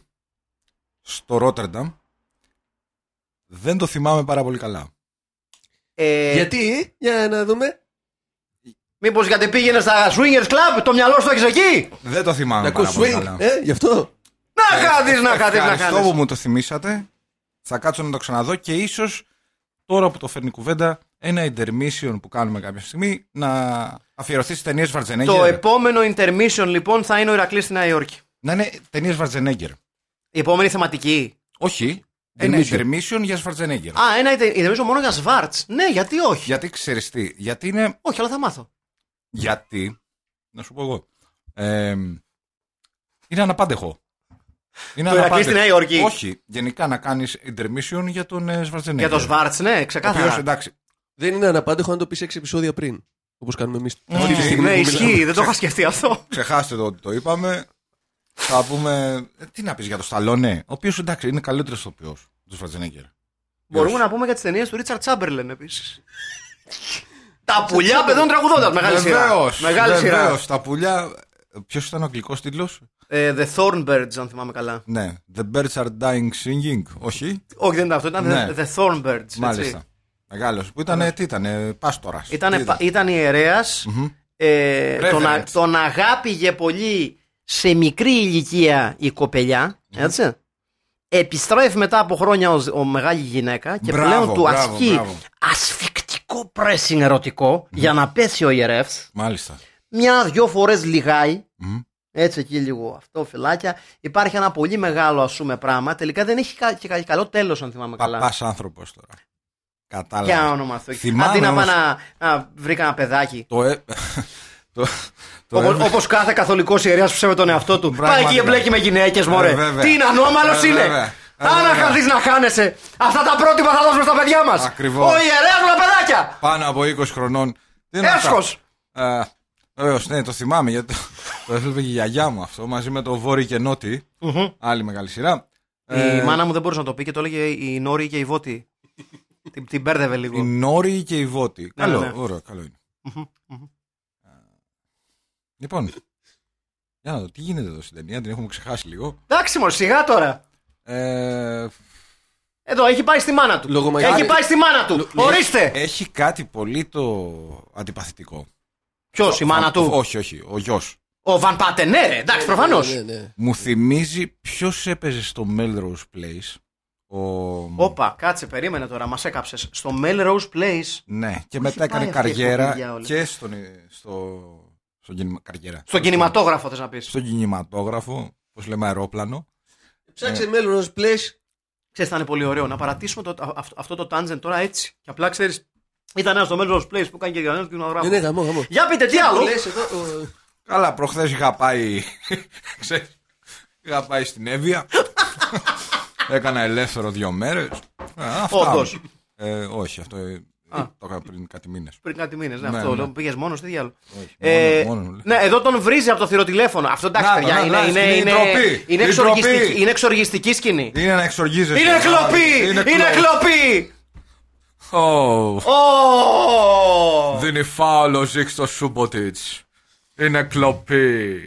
C: στο Ρότερνταμ. Δεν το θυμάμαι πάρα πολύ καλά.
B: Ε,
D: Γιατί, για να δούμε.
B: Μήπως γιατί πήγαινε στα Swingers Club, το μυαλό σου το έχεις εκεί.
C: Δεν το θυμάμαι
D: Να
C: πάρα
D: ακούς
C: πολύ
D: swing.
C: καλά.
D: Ε, γι' αυτό.
B: Να χάθεις, να χάθεις, να
C: Ε, Ευχαριστώ που
B: χάθεις.
C: μου το θυμήσατε. Θα κάτσω να το ξαναδώ και ίσως τώρα που το φέρνει η κουβέντα, ένα intermission που κάνουμε κάποια στιγμή να αφιερωθεί στις ταινίες Βαρτζενέγκερ.
B: Το επόμενο intermission λοιπόν θα είναι ο Ηρακλής στη Νέα Υόρκη.
C: Να είναι ταινίες Βαρτζενέγκερ.
B: Η επόμενη θεματική.
C: Όχι. Ένα
D: Intermission.
C: intermission για Σβαρτζενέγκερ.
B: Ε, ναι, Α, ένα inter- intermission μόνο για Σβάρτ. Ναι, γιατί όχι.
C: Γιατί ξέρεις τι. Γιατί είναι.
B: Όχι, αλλά θα μάθω.
C: Ναι, Γιατί. Να σου πω εγώ. Ε, είναι αναπάντεχο. Είναι
B: Το Ηρακλή στη Νέα Υόρκη.
C: Όχι. Γενικά να κάνεις intermission για τον ε, Σβαρτζενέγκερ.
B: Για το Σβάρτ, ναι,
C: Ο οποίος,
B: ξεκάθαρα.
C: εντάξει.
D: Δεν είναι αναπάντεχο αν το πεις 6 επεισόδια πριν. Όπως κάνουμε εμείς. Αυτή τη
C: Ναι,
D: στιγμή
B: Ναι,
D: που μιλάμε.
B: ισχύει, δεν το είχα σκεφτεί αυτό.
C: Ξεχάστε το ότι το είπαμε. Θα πούμε. ε, Τι να πεις για το Σταλόνε. Ο οποίος εντάξει είναι καλύτερος ηθοποιός του Σβαρτζενέγκερ.
B: Μπορούμε να πούμε για τις ταινίες του Ρίτσαρτ Τσάμπερλεν επίσης. [laughs] Τα πουλιά παιδών τραγουδώντα. Μεγάλη σειρά.
C: Βεβαίως,
B: Μεγάλη σειρά.
C: βεβαίως, Τα πουλιά. Ποιος ήταν ο αγγλικός τίτλος.
B: Ε, The Thornbirds, αν θυμάμαι καλά.
C: Ναι. The birds are dying singing. Όχι.
B: Όχι, δεν ήταν αυτό, ήταν
C: Ναι.
B: The- The Thornbirds.
C: Μάλιστα. Μεγάλος. Που ήταν. Τι ήταν. Πάστορα.
B: Ήταν, ήταν ιερέας. Ε, τον, α-
C: Reverend.
B: τον αγάπηγε πολύ σε μικρή ηλικία η κοπελιά. Έτσι. Επιστρέφει μετά από χρόνια ως, ο μεγάλη γυναίκα και
C: Μπράβο,
B: πλέον του
C: μπράβο,
B: ασκεί
C: μπράβο.
B: ασφικτικό pressing ερωτικό για να πέσει ο ιερεύς
C: Μάλιστα.
B: μια-δυο φορέ λιγάει.
C: Μμμ.
B: Έτσι εκεί λίγο αυτό, φυλάκια. Υπάρχει ένα πολύ μεγάλο ας πούμε πράγμα. Τελικά δεν έχει κα- και κα- καλό τέλος, αν θυμάμαι καλά.
C: Παπάς άνθρωπος τώρα. Κατάλαβα.
B: Για όνομα αυτό.
C: Θυμάμαι
B: Αντί να
C: όμως-
B: πάει να, να βρει κανένα παιδάκι.
C: Το, ε... [laughs] το... το ε-
B: Όπως κάθε καθολικός ιερέας που ψεύεται τον εαυτό του. Πάει
C: Πραγματικά.
B: εκεί και μπλέκει με γυναίκες,
C: Ε,
B: μωρέ.
C: βέβαια.
B: Τι είναι, ανώμαλος
C: Ε,
B: είναι.
C: βέβαια. Ε,
B: Αν να
C: βέβαια.
B: χαθεί να χάνεσαι. Αυτά τα πρότυπα θα δώσουμε στα παιδιά μας.
C: Ακριβώς.
B: Ο ιερέας με τα παιδάκια.
C: πάνω από 20 χρονών. Τι είναι αυτά.
B: Έσχο.
C: Ε, Βεβαίως, ναι, το θυμάμαι γιατί το, Το έβλεπε και η γιαγιά μου αυτό μαζί με το Βόρειο και Νότι. Άλλη μεγάλη σειρά. Ε.
B: Η μάνα μου δεν μπορούσε να το πει και το έλεγε η Νόρη και η [laughs] Βότη. την, την μπέρδευε
C: Η
B: λίγο.
C: Νόρη και η Βότη.
B: Ναι,
C: καλό,
B: ναι.
C: ωραίο, καλό είναι. Ε, Λοιπόν, για να δω τι γίνεται εδώ στην ταινία, την έχουμε ξεχάσει λίγο.
B: Εντάξει, μωρέ, σιγά τώρα.
C: Ε,
B: Εδώ, έχει πάει στη μάνα του.
D: Λογομαγιά-
B: Έχει πάει στη μάνα του. Ορίστε.
C: έχει κάτι πολύ το αντιπαθητικό.
B: Ποιος, η μάνα
C: Ο- Ε,
B: του.
C: Όχι, όχι, ο γιος.
B: Ο Βαν Πάτεν, ναι, ρε, εντάξει, προφανώς.
D: Ναι, ναι.
C: Μου θυμίζει ποιος έπαιζε στο Melrose Place. Ο...
B: Όπα, κάτσε, περίμενε τώρα, μας έκαψες. Στο Melrose Place.
C: Ναι, και
B: Πού έχει
C: μετά
B: πάει αυτή
C: έκανε
B: η κοπελιά
C: καριέρα
B: όλη?
C: και στον, ε, στο, στον, κινημα- καριέρα.
B: Στον κινηματόγραφο θες να πεις.
C: Στον κινηματόγραφο, όπω λέμε αερόπλανο.
D: Ψάξε μέλλον ω place.
B: Ξέρεις, θα είναι πολύ ωραίο να παρατήσουμε το, α- αυτό- αυτό το tangent τώρα έτσι. Και απλά ξέρεις, ήταν ένας στο Melrose Place που κάνει και κανένας κινηματογράφο.
D: Ναι, ναι, γαμό, γαμό.
B: Για πείτε, τι άλλο.
D: Λες εδώ, ο-
C: Καλά, προχθές είχα πάει. [laughs] ξέρεις, είχα πάει στην
B: [laughs]
C: Εύβοια. Έκανα ελεύθερο δύο μέρες.
B: Όντως.
C: Ε, όχι, αυτό ε,
B: Α.
C: το έκανα πριν κάτι μήνες.
B: Πριν κάτι μήνες, ναι,
C: Ναι,
B: αυτό.
C: ναι.
B: Λέω, πήγες μόνος, τι διάλογο.
C: Όχι,
B: Ε,
C: μόνο- μόνος, λέω.
B: ναι, εδώ τον βρίζει από το θηροτηλέφωνο. Αυτό εντάξει,
C: Να,
B: παιδιά.
C: να,
B: είναι,
C: να,
B: είναι,
C: είναι η
B: είναι,
C: ντροπή.
B: είναι
C: Η
B: εξοργιστική,
C: ντροπή.
B: είναι εξοργιστική σκηνή.
C: Είναι να εξοργίζεσαι.
B: Είναι κλοπή!
C: Είναι
B: Είναι
C: κλο-
B: κλοπή!
C: Ω,
B: Ω!
C: Δίνει φάουλο ζήξ στο Σούμποτιτς. Είναι κλοπή.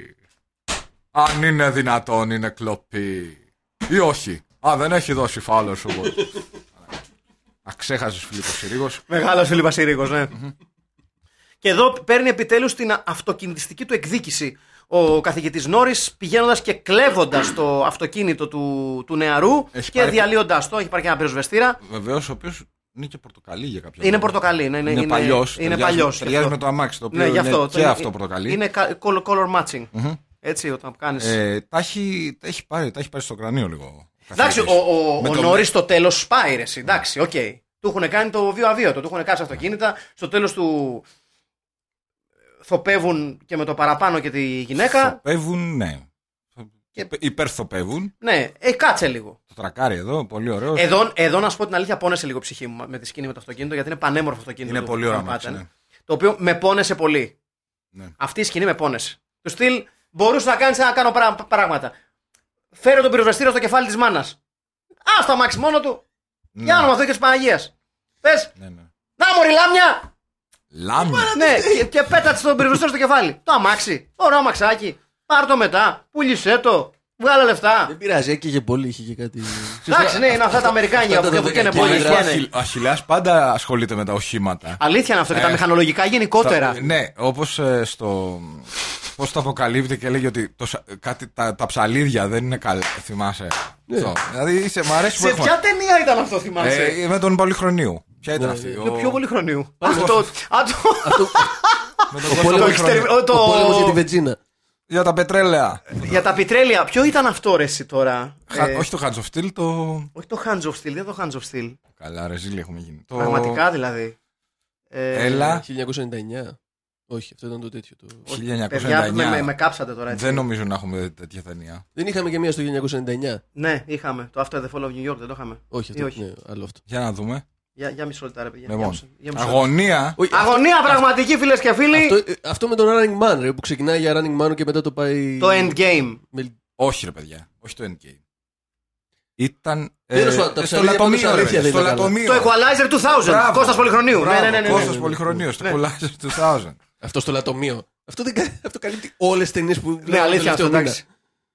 C: Αν είναι δυνατόν είναι κλοπή. Ή όχι. Α, δεν έχει δώσει φάουλο ο Σούμποτιτς. Αξέχασες Φιλίππος Συρίγος.
B: Μεγάλος Φίλιππα Συρίγος, ναι. Και εδώ παίρνει επιτέλους την α- αυτοκινητιστική του εκδίκηση ο καθηγητής Νόρη, πηγαίνοντας και κλέβοντας το αυτοκίνητο του, του νεαρού
C: Έχει
B: και
C: πάρει-
B: διαλύοντας το. Έχει πάρει και ένα πυροσβεστήρα.
C: Βεβαίως ο οποίος είναι και πορτοκαλί για κάποιο
B: Είναι
C: λόγο.
B: πορτοκαλί. ναι, ναι,
C: Είναι παλιός.
B: Είναι
C: ταιριάζει-
B: παλιός.
C: Ταιριάζει με το αμάξι το οποίο
B: Ναι, γι'
C: είναι
B: αυτό.
C: και
B: Είναι-
C: αυτό πορτοκαλί.
B: Είναι κα- color color matching. Έτσι, όταν κάνεις.
C: Ε, τα, έχει, τα έχει πάρει, τα έχει πάρει στο κρανίο λίγο. ο
B: Εντάξει, ο,
C: καθηγητής.
B: ο,
C: Με
B: ο
C: το-
B: Νόρι στο τέλος σπάει ρε. εσύ, Εντάξει, οκ. Του έχουν κάνει το βίο αβίωτο. Του έχουν κάτσει αυτοκίνητα. Στο τέλος του θοπεύουν και με το παραπάνω και τη γυναίκα.
C: Θοπεύουν, ναι.
B: Και-
C: Υπερθοπεύουν.
B: Ναι, ε, κάτσε λίγο.
C: Το τρακάρι εδώ, πολύ ωραίο.
B: Εδώ, εδώ να σου πω την αλήθεια, πόνεσε λίγο η ψυχή μου με τη σκηνή με το αυτοκίνητο γιατί είναι πανέμορφο αυτοκίνητο.
C: Είναι
B: του
C: πολύ ωραίο
B: Van
C: αμάξι,
B: Patten,
C: ναι.
B: Το οποίο με πόνεσε πολύ.
C: Ναι.
B: Αυτή η σκηνή με πόνεσε. Του στυλ μπορούσα να κάνεις να κάνω πρά- πράγματα. Φέρε τον πυροσβεστήρα στο κεφάλι της μάνας. Α το αμάξι μόνο του.
C: Ναι.
B: Για όνομα αυτό και τη Παναγίας. Πες,
C: Ναι, ναι.
B: να μωρή λάμια!
C: Λάμια.
B: Ναι, και, και πέταξε τον πυροσβεστήρα στο κεφάλι. Το αμάξι. Ωραίο αμαξάκι. Πάρ το μετά. Πούλησέ το. Βγάλε λεφτά.
D: Δεν πειράζει, έκαιγε πολύ, είχε και κάτι.
B: Εντάξει, ναι, είναι αυτά τα Αμερικάνια
D: Αυτά τα
B: που που καίνε
D: 12
B: πολύ.
D: κιλά.
B: καίνε.
C: Ο Αχιλέας πάντα ασχολείται με τα οχήματα.
B: Αλήθεια είναι αυτό και τα
C: Ε,
B: μηχανολογικά γενικότερα.
C: Τα- Ναι, όπως ε, στο... Πώς το αποκαλύπτει και λέγει ότι το, σα- κάτι, τα, τα ψαλίδια δεν είναι καλά. Θυμάσαι. Αυτό. Δηλαδή είσαι, μ' αρέσει που
B: Ναι. Σε
C: έχουμε.
B: ποια ταινία ήταν αυτό, θυμάσαι.
C: Ε, με τον Πολυχρονίου. Ποια ήταν αυτή.
B: Είναι
C: ο-
B: πιο πολύ χρονίου. Αυτό. α, το-
C: Με τον Κώστα
B: το
D: πόλεμος-
C: Πολυχρονίου.
B: εξτερμι-
D: Ο πόλεμος για τη
B: το-
D: Βετζίνα.
C: Για τα πετρέλαια.
B: Για τα πιτρέλια, ποιο ήταν αυτό ρε εσύ τώρα.
C: Χα-
B: Ε,
C: Όχι το Hands of Steel, το.
B: Όχι το Hands of Steel, δεν το Hands of Steel.
C: Καλά, ρε, ζήλια έχουμε γίνει. Το...
B: Πραγματικά δηλαδή. Ε,
C: Έλα,
D: 1999. Όχι, αυτό ήταν το τέτοιο. Το...
B: Παιδιά, με, με, με
C: 1999.
B: κάψατε τώρα έτσι.
C: Δεν νομίζω να έχουμε τέτοια ταινία.
D: Δεν είχαμε και μία στο 1999.
B: Ναι, είχαμε. Το After the Fall of New York δεν το είχαμε.
D: Όχι,
B: Ή
D: αυτό.
B: όχι.
D: Ναι, άλλο αυτό.
C: Για να δούμε.
B: Για, για μισό λεπτό, ρε παιδιά. Για
C: Λοιπόν,
B: μισό- για μισό λεπτό.
C: αγωνία.
D: Όχι, αυτό-
B: Αγωνία πραγματική, φίλες και φίλοι.
D: αυτό, ε, αυτό με τον Running Man, ρε, που ξεκινάει για Running Man και μετά το πάει.
B: Το Endgame.
D: με-
C: Όχι, ρε παιδιά. Όχι το Endgame. Ήταν. ε,
D: Τέλος πάντων, τα
C: στο
D: ψαλίδια
C: λατομείο.
D: πάντως
C: Ρε,
D: αλήθεια
C: παιδιά,
D: δεν
C: στο
D: ήταν καλά.
C: λατομείο.
B: Το Equalizer 2000.
C: Μπράβο.
B: Κώστας Πολυχρονίου. Ναι,
C: Μπράβο,
B: ναι, ναι. ναι.
C: Κώστας Πολυχρονίου. Στο
B: Ναι.
C: κολλάζε του 2000.
D: Αυτό στο λατομείο. Αυτό, δεν, κα- αυτό καλύπτει όλες τις ταινίες που.
B: Ναι, αλήθεια αυτό, εντάξει.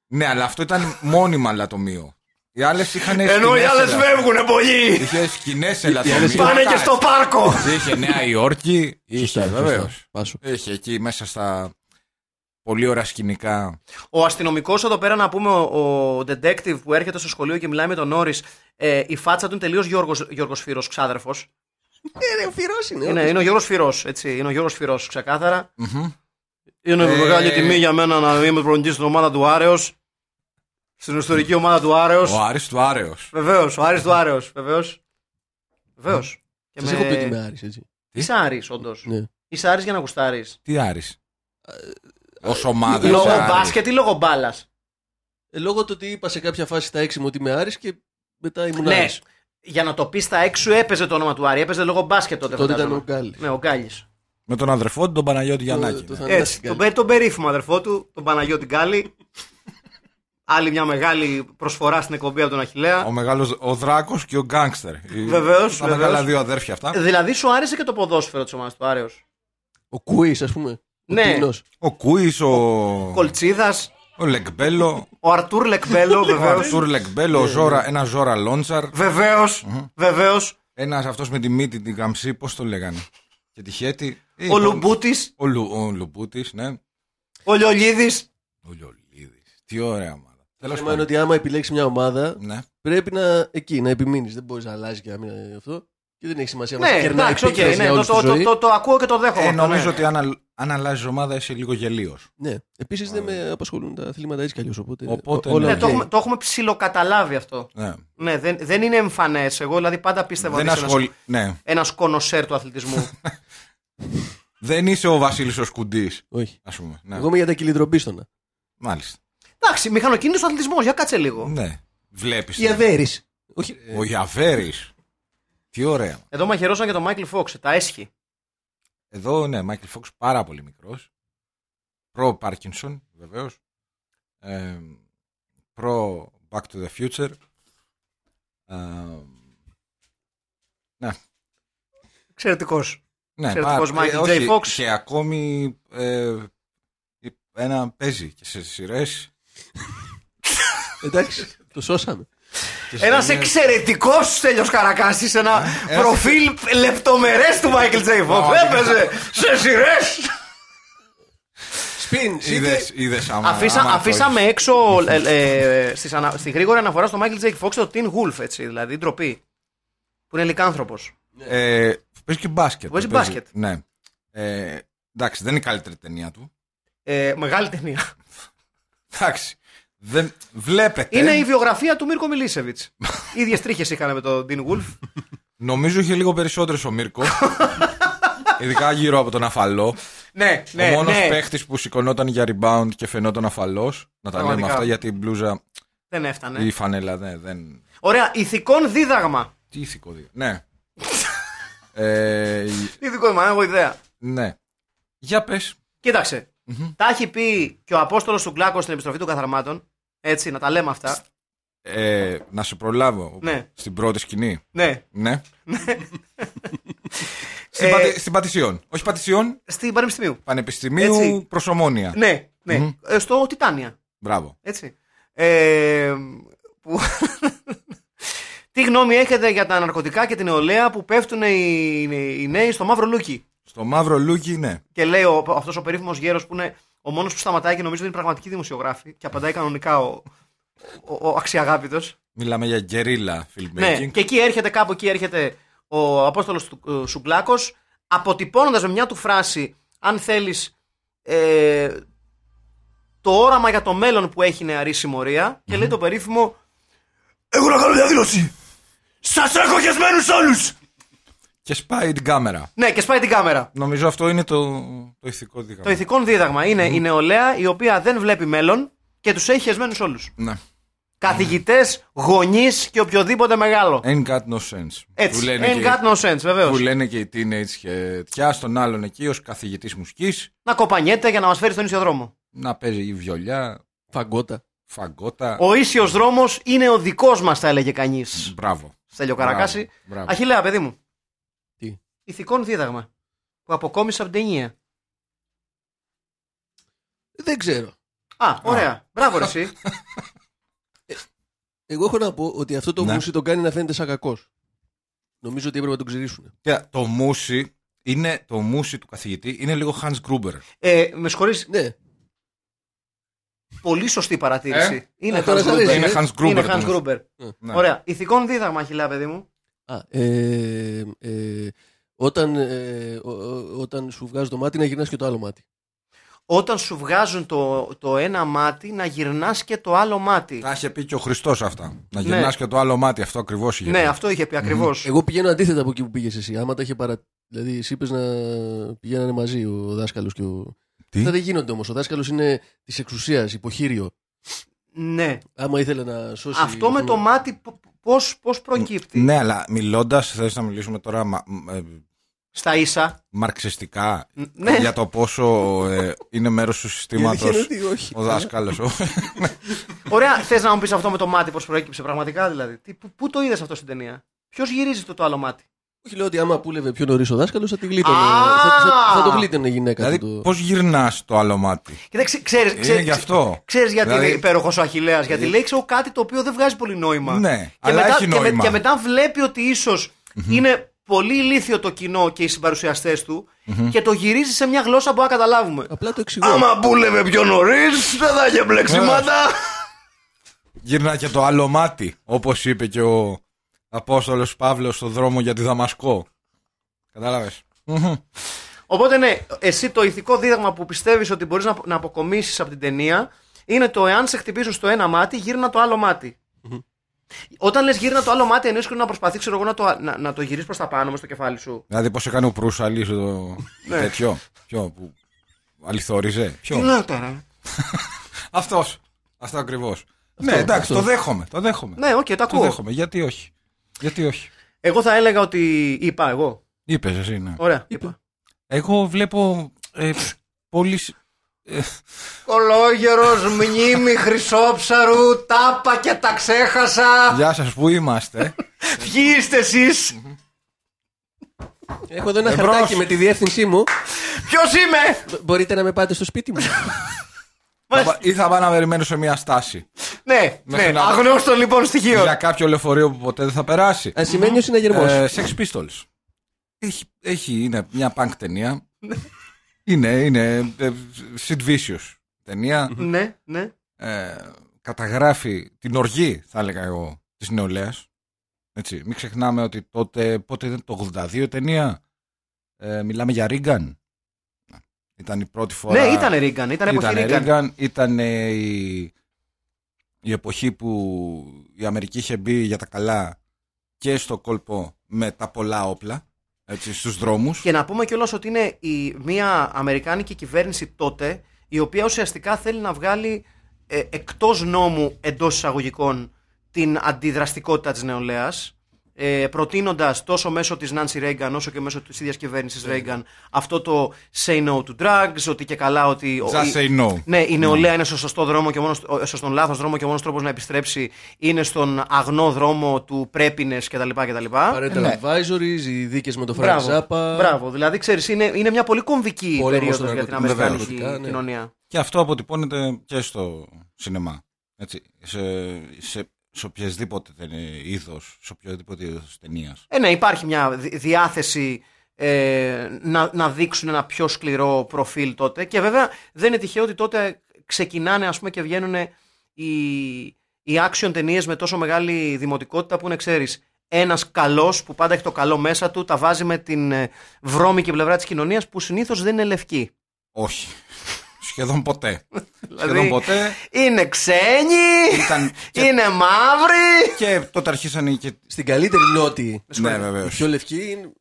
C: Ναι, αλλά αυτό ήταν μόνιμα λατομείο. Οι άλλες είχαν.
B: Ενώ οι
C: σκηνές
B: άλλες
C: ελα-
B: φεύγουν πολύ.
C: Είχε σκηνές σε λατομείο.
D: άλλες
B: Πάνε και στο πάρκο.
C: Είχε Νέα Υόρκη. Είχε, βεβαίως.
D: Πάσο.
C: Είχε εκεί μέσα στα πολύ ωραία σκηνικά.
B: Ο αστυνομικός εδώ πέρα να πούμε, ο, ο detective που έρχεται στο σχολείο και μιλάει με τον Νόρι, ε, η φάτσα του είναι τελείως Γιώργος Φύρος, ξάδερφος.
D: Ε, ρε, ο Φυρό είναι.
B: Είναι,
D: όντως.
B: είναι ο Γιώργο Φύρο, έτσι. Είναι ο Γιώργος Φύρο, ξεκάθαρα. Είναι
C: Ε,
B: μεγάλη τιμή για μένα να είμαι προπονητής στην ομάδα του Άρεος. Στην ιστορική ομάδα του Άρεος.
C: Ο Άρης του Άρεος.
B: Βεβαίως, ο Άρης του Άρεος. Βεβαίως. Βεβαίως.
D: Σας έχω πει ότι είμαι Άρης, έτσι.
B: Είσαι Άρης, όντως.
D: Ναι.
B: Είσαι Άρης για να γουστάρεις.
C: Τι Άρης. Ως ομάδα.
B: Ε, Λόγω
C: Άρης.
B: μπάσκετ ή λόγω μπάλας.
D: Ε, Λόγω του ότι είπα σε κάποια φάση στα έξι μου ότι είμαι Άρης και μετά ήμουν
B: Ναι.
D: Άρης.
B: Για να το πεις στα έξω έπαιζε το όνομα του Άρη. Έπαιζε λόγω μπάσκετ τότε.
D: Τότε ήταν ο
B: φαντάζομαι.
D: Γκάλης.
B: Ναι, ο Γκάλης.
C: Με τον αδερφό του, τον Παναγιώτη Γιαννάκη.
D: το
C: ναι.
D: θα-
B: Έτσι, τον, πε- τον περίφημο αδερφό του, τον Παναγιώτη Γκάλη. Άλλη μια μεγάλη προσφορά στην εκπομπή από τον
C: Ο
B: Αχηλέα.
C: μεγάλος, ο Δράκος και ο Γκάγκστερ.
B: Βεβαίως,
C: Τα
B: βεβαίως.
C: μεγάλα δύο αδέρφια αυτά.
B: Δηλαδή σου άρεσε και το ποδόσφαιρο της ομάδας του Άρεος.
D: Ο Κουί, ας πούμε. Ο
B: Ναι.
D: Τίνος.
C: Ο Κούι, ο,
B: Κολτσίδας,
C: ο Λεκμπέλο,
B: ο Αρτούρ
D: [laughs]
B: Λεκμπέλο,
C: ο
B: βεβαίω.
C: Αρτούρ Λεκμπέλο, ο Ζόρα, ένα Ζόρα Λόντσαρ.
B: Βεβαίως, βεβαίως.
C: Ένας αυτός με τη μύτη, την καμψή, πώς το λέγανε. Και τη χέτη. Ε,
B: Ο Λουμπούτης,
C: Ο, Λου, ο Λουμπούτης, ναι.
B: ο Λιολίδης.
C: Ο Λιολίδης. Τι ωραία ομάδα.
D: Το
C: Τέλος
D: θέμα είναι
C: πάντων.
D: ότι άμα επιλέξεις μια ομάδα,
C: Ναι.
D: πρέπει να εκεί να επιμείνεις. Δεν μπορείς να αλλάζεις και να μην ε, αυτό. Και δεν έχει σημασία
B: Ναι,
D: μας κερνάει
B: εντάξει, οκ,
D: επίθεση
B: ναι,
D: για
B: το,
D: όλη
B: το,
D: τη ζωή.
B: το, το, το ακούω και το δέχομαι.
C: Ε,
B: αυτό,
C: νομίζω
B: ναι.
C: ότι αν, αλ- αν αλλάζει ομάδα είσαι λίγο γελίος.
D: Ναι. Επίσης δεν με απασχολούν τα αθλήματα έτσι κι αλλιώς. Οπότε,
C: Οπότε,
D: ό- όλα
B: Ναι,
C: ναι.
D: οκ.
B: το, έχουμε, το έχουμε ψιλοκαταλάβει αυτό.
C: Ναι.
B: Ναι, δεν, δεν είναι εμφανές. Εγώ δηλαδή πάντα πίστευα
C: Δεν,
B: ότι
C: ασχολ... ναι.
B: ένας κονοσέρ του
C: [laughs]
B: αθλητισμού.
C: Δεν είσαι ο Βασίλης ο Σκουντής,
D: Όχι.
C: ας πούμε. Ναι.
D: Εγώ είμαι για τα κυλιτρομπίστωνα.
C: Μάλιστα.
B: Εντάξει, μηχανοκίνητος αθλητισμός, για κάτσε λίγο.
C: Ναι. Βλέπεις.
D: αδέρη. Όχι.
C: Ο Γιαβέρη. Τι ωραία.
B: Εδώ μαχαιρώσαν και τον Μάικλ Φόξ, τα έσχη.
C: Εδώ, ναι, Μάικλ Φόξ πάρα πολύ μικρός. Προ Πάρκινσον, βεβαίω. Ε, προ Back to the Future. Ε,
B: Εξαιρετικός.
C: ναι,
B: Εξαιρετικός
C: πάρα-
B: Michael J.
C: ε, όχι,
B: Fox.
C: Και ακόμη ε, ένα παίζει και σε σειρές.
D: Εντάξει. Το σώσαμε.
B: Ένα εξαιρετικό τέλειο καρακάσης, ένα
C: ένας-
B: προφίλ λεπτομερές του Μάικλ Τζέι Φόξ.
C: Α,
B: Έπαιζε σε σειρές.
D: Σπιν.
C: Είδε άμα. άμα το
B: Αφήσαμε έξω ε, ε, στις ανα- στη γρήγορη αναφορά στο Μάικλ Τζέι Φόξ το Tin Wolf, έτσι, δηλαδή ντροπή. Που είναι λικάνθρωπο.
C: Ε, παίζει και μπάσκετ.
B: Παίζει μπάσκετ.
C: Ναι. Ε, εντάξει, δεν είναι η καλύτερη ταινία του.
B: Ε, μεγάλη ταινία.
C: Εντάξει. Δεν, βλέπετε.
B: Είναι η βιογραφία του Μίρκο Μιλίσεβιτ. [laughs] ίδιες τρίχες είχαν με τον Dean Wolf.
C: Νομίζω είχε λίγο περισσότερες ο
B: [laughs]
C: Μίρκο. Ειδικά γύρω από τον αφαλό.
B: ναι, ναι,
C: ο μόνος
B: ναι.
C: παίχτης που σηκωνόταν για rebound και φαινόταν αφαλός. Να τα λέμε
B: Πραγματικά.
C: αυτά γιατί η μπλούζα
B: Δεν
C: ή
B: έφτανε.
C: η φανέλα ναι, δεν.
B: Ωραία, ηθικών δίδαγμα.
C: Τι ηθικό δίκαιο.
B: [laughs]
C: Ναι. ε,
B: Ηθικό δίδαγμα, έχω ιδέα.
C: ναι. Για πες.
B: Κοίταξε. Τα έχει πει και ο Απόστολος του Κλάκο στην επιστροφή των Καθαρμάτων. Έτσι, να τα λέμε αυτά.
C: Ε, να σε προλάβω.
B: Ναι.
C: Στην πρώτη σκηνή.
B: ναι. [laughs]
C: Ναι. στην,
B: Ε,
C: Πατη- στην Πατησίων. Όχι Πατησίων,
B: Στην Πανεπιστημίου. Έτσι.
C: Πανεπιστημίου Προσωμόνια.
B: Ναι, ναι.
C: Μμμ.
B: Ε, Στο Τιτάνια.
C: Μπράβο.
B: Έτσι. Ε, που... [laughs] Τι γνώμη έχετε για τα ναρκωτικά και την νεολαία που πέφτουν οι, οι νέοι στο μαύρο λούκι.
C: Στο μαύρο λούκι, ναι.
B: Και λέει ο, αυτός ο περίφημος γέρος που είναι ο μόνος που σταματάει και νομίζω ότι είναι πραγματική δημοσιογράφη και απαντάει κανονικά ο, ο, ο αξιαγάπητος.
C: Μιλάμε για γκερίλα filmmaking.
B: Ναι, και εκεί έρχεται, κάπου εκεί έρχεται ο Απόστολος του- ε, Σουγκλάκος αποτυπώνοντας με μια του φράση αν θέλεις ε, το όραμα για το μέλλον που έχει η νεαρή συμμορία και λέει το περίφημο «Έχω να κάνω διαδήλωση! Σας έχω χεσμένους όλους!»
C: Και σπάει την κάμερα.
B: Ναι, και σπάει την κάμερα.
C: Νομίζω αυτό είναι το, το ηθικό δίκαιο.
B: Το ηθικό δίδαγμα είναι η νεολαία η οποία δεν βλέπει μέλλον και τους έχει χεσμένους όλους.
C: Ναι.
B: Καθηγητές, γονείς και οποιοδήποτε μεγάλο.
C: Ain't got no sense.
B: Έτσι.
C: Που λένε,
B: Ain't
C: και,
B: got no sense, βεβαίως.
C: που λένε και οι teenage και τιά στον άλλον εκεί ως καθηγητής μουσικής
B: Να κοπανιέται για να μας φέρει στον ίσιο δρόμο.
C: να παίζει η βιολιά,
D: Φαγκότα.
C: φαγκότα.
B: Ο ίσιος δρόμος είναι ο δικός μας, θα έλεγε κανείς.
C: Μπράβο.
B: Στέλιο Καρακάση.
C: Μπράβο, μπράβο.
B: Αχηλέα, παιδί μου.
D: Τι?
B: Ηθικών δίδαγμα. Που αποκόμισε από την ταινία.
D: Δεν ξέρω.
B: Α, ωραία. Μπράβο, ρε, εσύ.
D: Εγώ έχω να πω ότι αυτό το
C: Ναι.
D: μουσί τον κάνει να φαίνεται σαν κακός. Νομίζω ότι έπρεπε να τον ξηρίσουν.
C: Κοίτα, Το μουσι είναι το μουσι του καθηγητή, είναι λίγο Hans Gruber.
B: Ε, με συγχωρείς.
D: Ναι.
B: Πολύ σωστή παρατήρηση.
C: Ε,
B: Είναι
D: ε, τώρα
B: Hans
D: σας αρέσει,
B: Gruber.
D: ε.
C: Είναι Hans Gruber.
B: Είναι
C: το
B: Hans
C: μουσι.
B: Gruber.
C: Ναι.
B: Ωραία. Ηθικών δίδαγμα, Αχηλέα, παιδί μου.
D: Α, ε, ε, όταν, ε, ο- ο- όταν σου βγάζει το μάτι, να γυρνάς και το άλλο μάτι.
B: Όταν σου βγάζουν το, το ένα μάτι, να γυρνάς και το άλλο μάτι.
C: Τα είχε πει και ο Χριστός αυτά. Να γυρνάς και το άλλο μάτι, αυτό ακριβώς είχε
B: Ναι,
C: πει.
B: αυτό είχε πει ακριβώς.
D: Εγώ πηγαίνω αντίθετα από εκεί που πήγες εσύ. Άμα τα είχε παρα... Δηλαδή, εσύ είπες να πηγαίνανε μαζί ο δάσκαλος και ο.
C: Τι?
D: Αυτά δεν γίνονται όμως. Ο δάσκαλος είναι της εξουσίας, υποχείριο.
B: Ναι.
D: Άμα ήθελε να σώσει.
B: Αυτό με το μάτι, πώς προκύπτει.
C: Ναι, αλλά μιλώντας, θες να μιλήσουμε τώρα μα- μ, ε,
B: στα ίσα.
C: μαρξιστικά
B: Ναι.
C: για το πόσο ε, είναι μέρος του συστήματος
D: όχι.
C: ο
B: [laughs]
C: δάσκαλος.
B: Ωραία, θες να μου πεις αυτό με το μάτι πώς προέκυψε πραγματικά δηλαδή. Τι, πού, πού το είδες αυτό στην ταινία. Ποιος γυρίζει το, το άλλο μάτι.
D: Όχι, λέω ότι άμα πούλευε πιο νωρίς ο δάσκαλος θα τη γλίτωνε.
B: Α!
D: θα, θα- θα το γλίτωνε η γυναίκα του.
C: [laughs] δηλαδή, πώς γυρνάς το άλλο μάτι.
B: Κοίταξε, ξέρει.
C: Είναι Ε, γι' αυτό.
B: Ξέρεις γιατί
C: Δηλαδή- Ε,
B: είναι υπέροχος ο Αχηλέα. Γιατί λέει ξέρω, κάτι το οποίο δεν βγάζει πολύ νόημα.
C: Ναι,
B: και
C: αλλά
B: μετά,
C: έχει
B: και με- Και,
C: νόημα.
B: μετά βλέπει ότι ίσως είναι πολύ ηλίθιο το κοινό και οι συμπαρουσιαστές του και το γυρίζει σε μια γλώσσα που να καταλάβουμε.
D: Απλά το εξηγώ.
B: Άμα μπούλευε πιο νωρίς, δεν θα είχε μπλεξίματα.
C: Γυρνά και το άλλο μάτι, όπως είπε και ο Απόστολος Παύλος στο δρόμο για τη Δαμασκό. Κατάλαβες.
B: Οπότε ναι, εσύ το ηθικό δίδαγμα που πιστεύεις ότι μπορείς να, να αποκομίσεις από την ταινία είναι το εάν σε χτυπήσουν στο ένα μάτι, γύρνα το άλλο μάτι. Όταν λες γύρνα το άλλο μάτι, εννοείς να προσπαθείς ξέρω εγώ, να το, να, να το γυρίσεις προς τα πάνω μες στο κεφάλι σου.
C: Δηλαδή, πώς έκανε ο Προύσαλη το τέτοιο. Ποιο, που αληθόριζε. Ποιο.
B: λέω τώρα.
C: Αυτός. Αυτό ακριβώς. Ναι, εντάξει,
D: αυτό.
C: το δέχομαι. Το δέχομαι.
B: Ναι, οκ, το
C: Το
B: ακούω.
C: δέχομαι. Γιατί όχι. Γιατί όχι.
B: Εγώ θα έλεγα ότι. Είπα εγώ.
C: Είπες εσύ, ναι.
B: Ωραία. Είπα.
C: Εγώ βλέπω ε, πολύ.
B: Κολόγερος, μνήμη χρυσόψαρου, τάπα και τα ξέχασα.
C: Γεια σας, πού [laughs] είμαστε.
B: Ποιοι είστε εσείς,
D: Έχω εδώ ένα
C: Εμπρός.
D: χαρτάκι με τη διεύθυνσή μου.
B: Ποιος είμαι,
D: Μπο- Μπορείτε να με πάτε στο
C: [laughs]
D: σπίτι μου.
C: Θα πα- Ή θα πάω να περιμένω σε μια στάση.
B: Ναι, ναι.
C: Μέχρι να-
B: Αγνώστο λοιπόν
C: Για
B: στοιχείο.
C: κάποιο λεωφορείο που ποτέ δεν θα περάσει.
D: Ασημένιο είναι
C: Ε,
D: γερμό.
C: Sex Pistols. Έχει, έχει, είναι μια punk ταινία. είναι, είναι. ε, Sid Vicious ταινία.
B: Ναι, ναι.
C: Ε, καταγράφει την οργή, θα έλεγα εγώ, της νεολαίας. Έτσι, μην ξεχνάμε ότι τότε, πότε ήταν το 82 η ταινία. Ε, μιλάμε για Ρίγκαν. Ήταν η πρώτη φορά.
B: Ναι, ήταν Ρίγκαν, ήταν εποχή
C: Ήτανε
B: Ρίγκαν.
C: Reagan, ήτανε η, η εποχή που η Αμερική είχε μπει για τα καλά και στο κόλπο με τα πολλά όπλα έτσι, στους δρόμους.
B: Και να πούμε κιόλας ότι είναι η, μια Αμερικάνικη κυβέρνηση τότε η οποία ουσιαστικά θέλει να βγάλει ε, εκτός νόμου εντός εισαγωγικών την αντιδραστικότητα της νεολαίας ε, προτείνοντας τόσο μέσω της Nancy Reagan όσο και μέσω της ίδιας κυβέρνησης
C: Ναι.
B: Reagan αυτό το say no to drugs ότι και καλά ότι ο- η-
C: Just say no.
B: ναι, η νεολαία είναι στο σωστό δρόμο και μόνος, ο- στον λάθος δρόμο και ο μόνος τρόπος να επιστρέψει είναι στον αγνό δρόμο του πρέπινες κτλ. κτλ.
D: Parental advisories, οι δίκες με το Frank
B: ναι. Μπράβο,
D: Zappa.
B: μπράβο. Δηλαδή, ξέρεις, είναι, είναι μια πολύ κομβική
D: Πόλεμος
B: περίοδο
D: των
B: για την
D: ναρκωτικών,
B: Αμερικάνικη
D: βέβαια, ναι.
B: κοινωνία.
C: Και αυτό αποτυπώνεται και στο σινεμά. Έτσι, σε, σε, σε οποιασδήποτε ταινι- είδος, σε οποιοδήποτε είδος ταινίας.
B: Ε, ναι, υπάρχει μια δι- διάθεση ε, να, να δείξουν ένα πιο σκληρό προφίλ τότε. Και βέβαια δεν είναι τυχαίο ότι τότε ξεκινάνε ας πούμε, και βγαίνουν οι, οι action ταινίες με τόσο μεγάλη δημοτικότητα που είναι, ξέρεις, ένας καλός που πάντα έχει το καλό μέσα του, τα βάζει με την ε, βρώμικη πλευρά της κοινωνίας που συνήθως δεν είναι λευκή.
C: Όχι. [laughs] Σχεδόν ποτέ.
B: Δηλαδή,
C: Σχεδόν ποτέ.
B: Είναι ξένοι,
D: [laughs] Ε-
C: Ήταν και,
B: είναι μαύροι.
C: και τότε αρχίσαν και...
D: Στην καλύτερη νότη.
C: Ναι,
D: Η
C: βεβαίως.
D: πιο λευκή είναι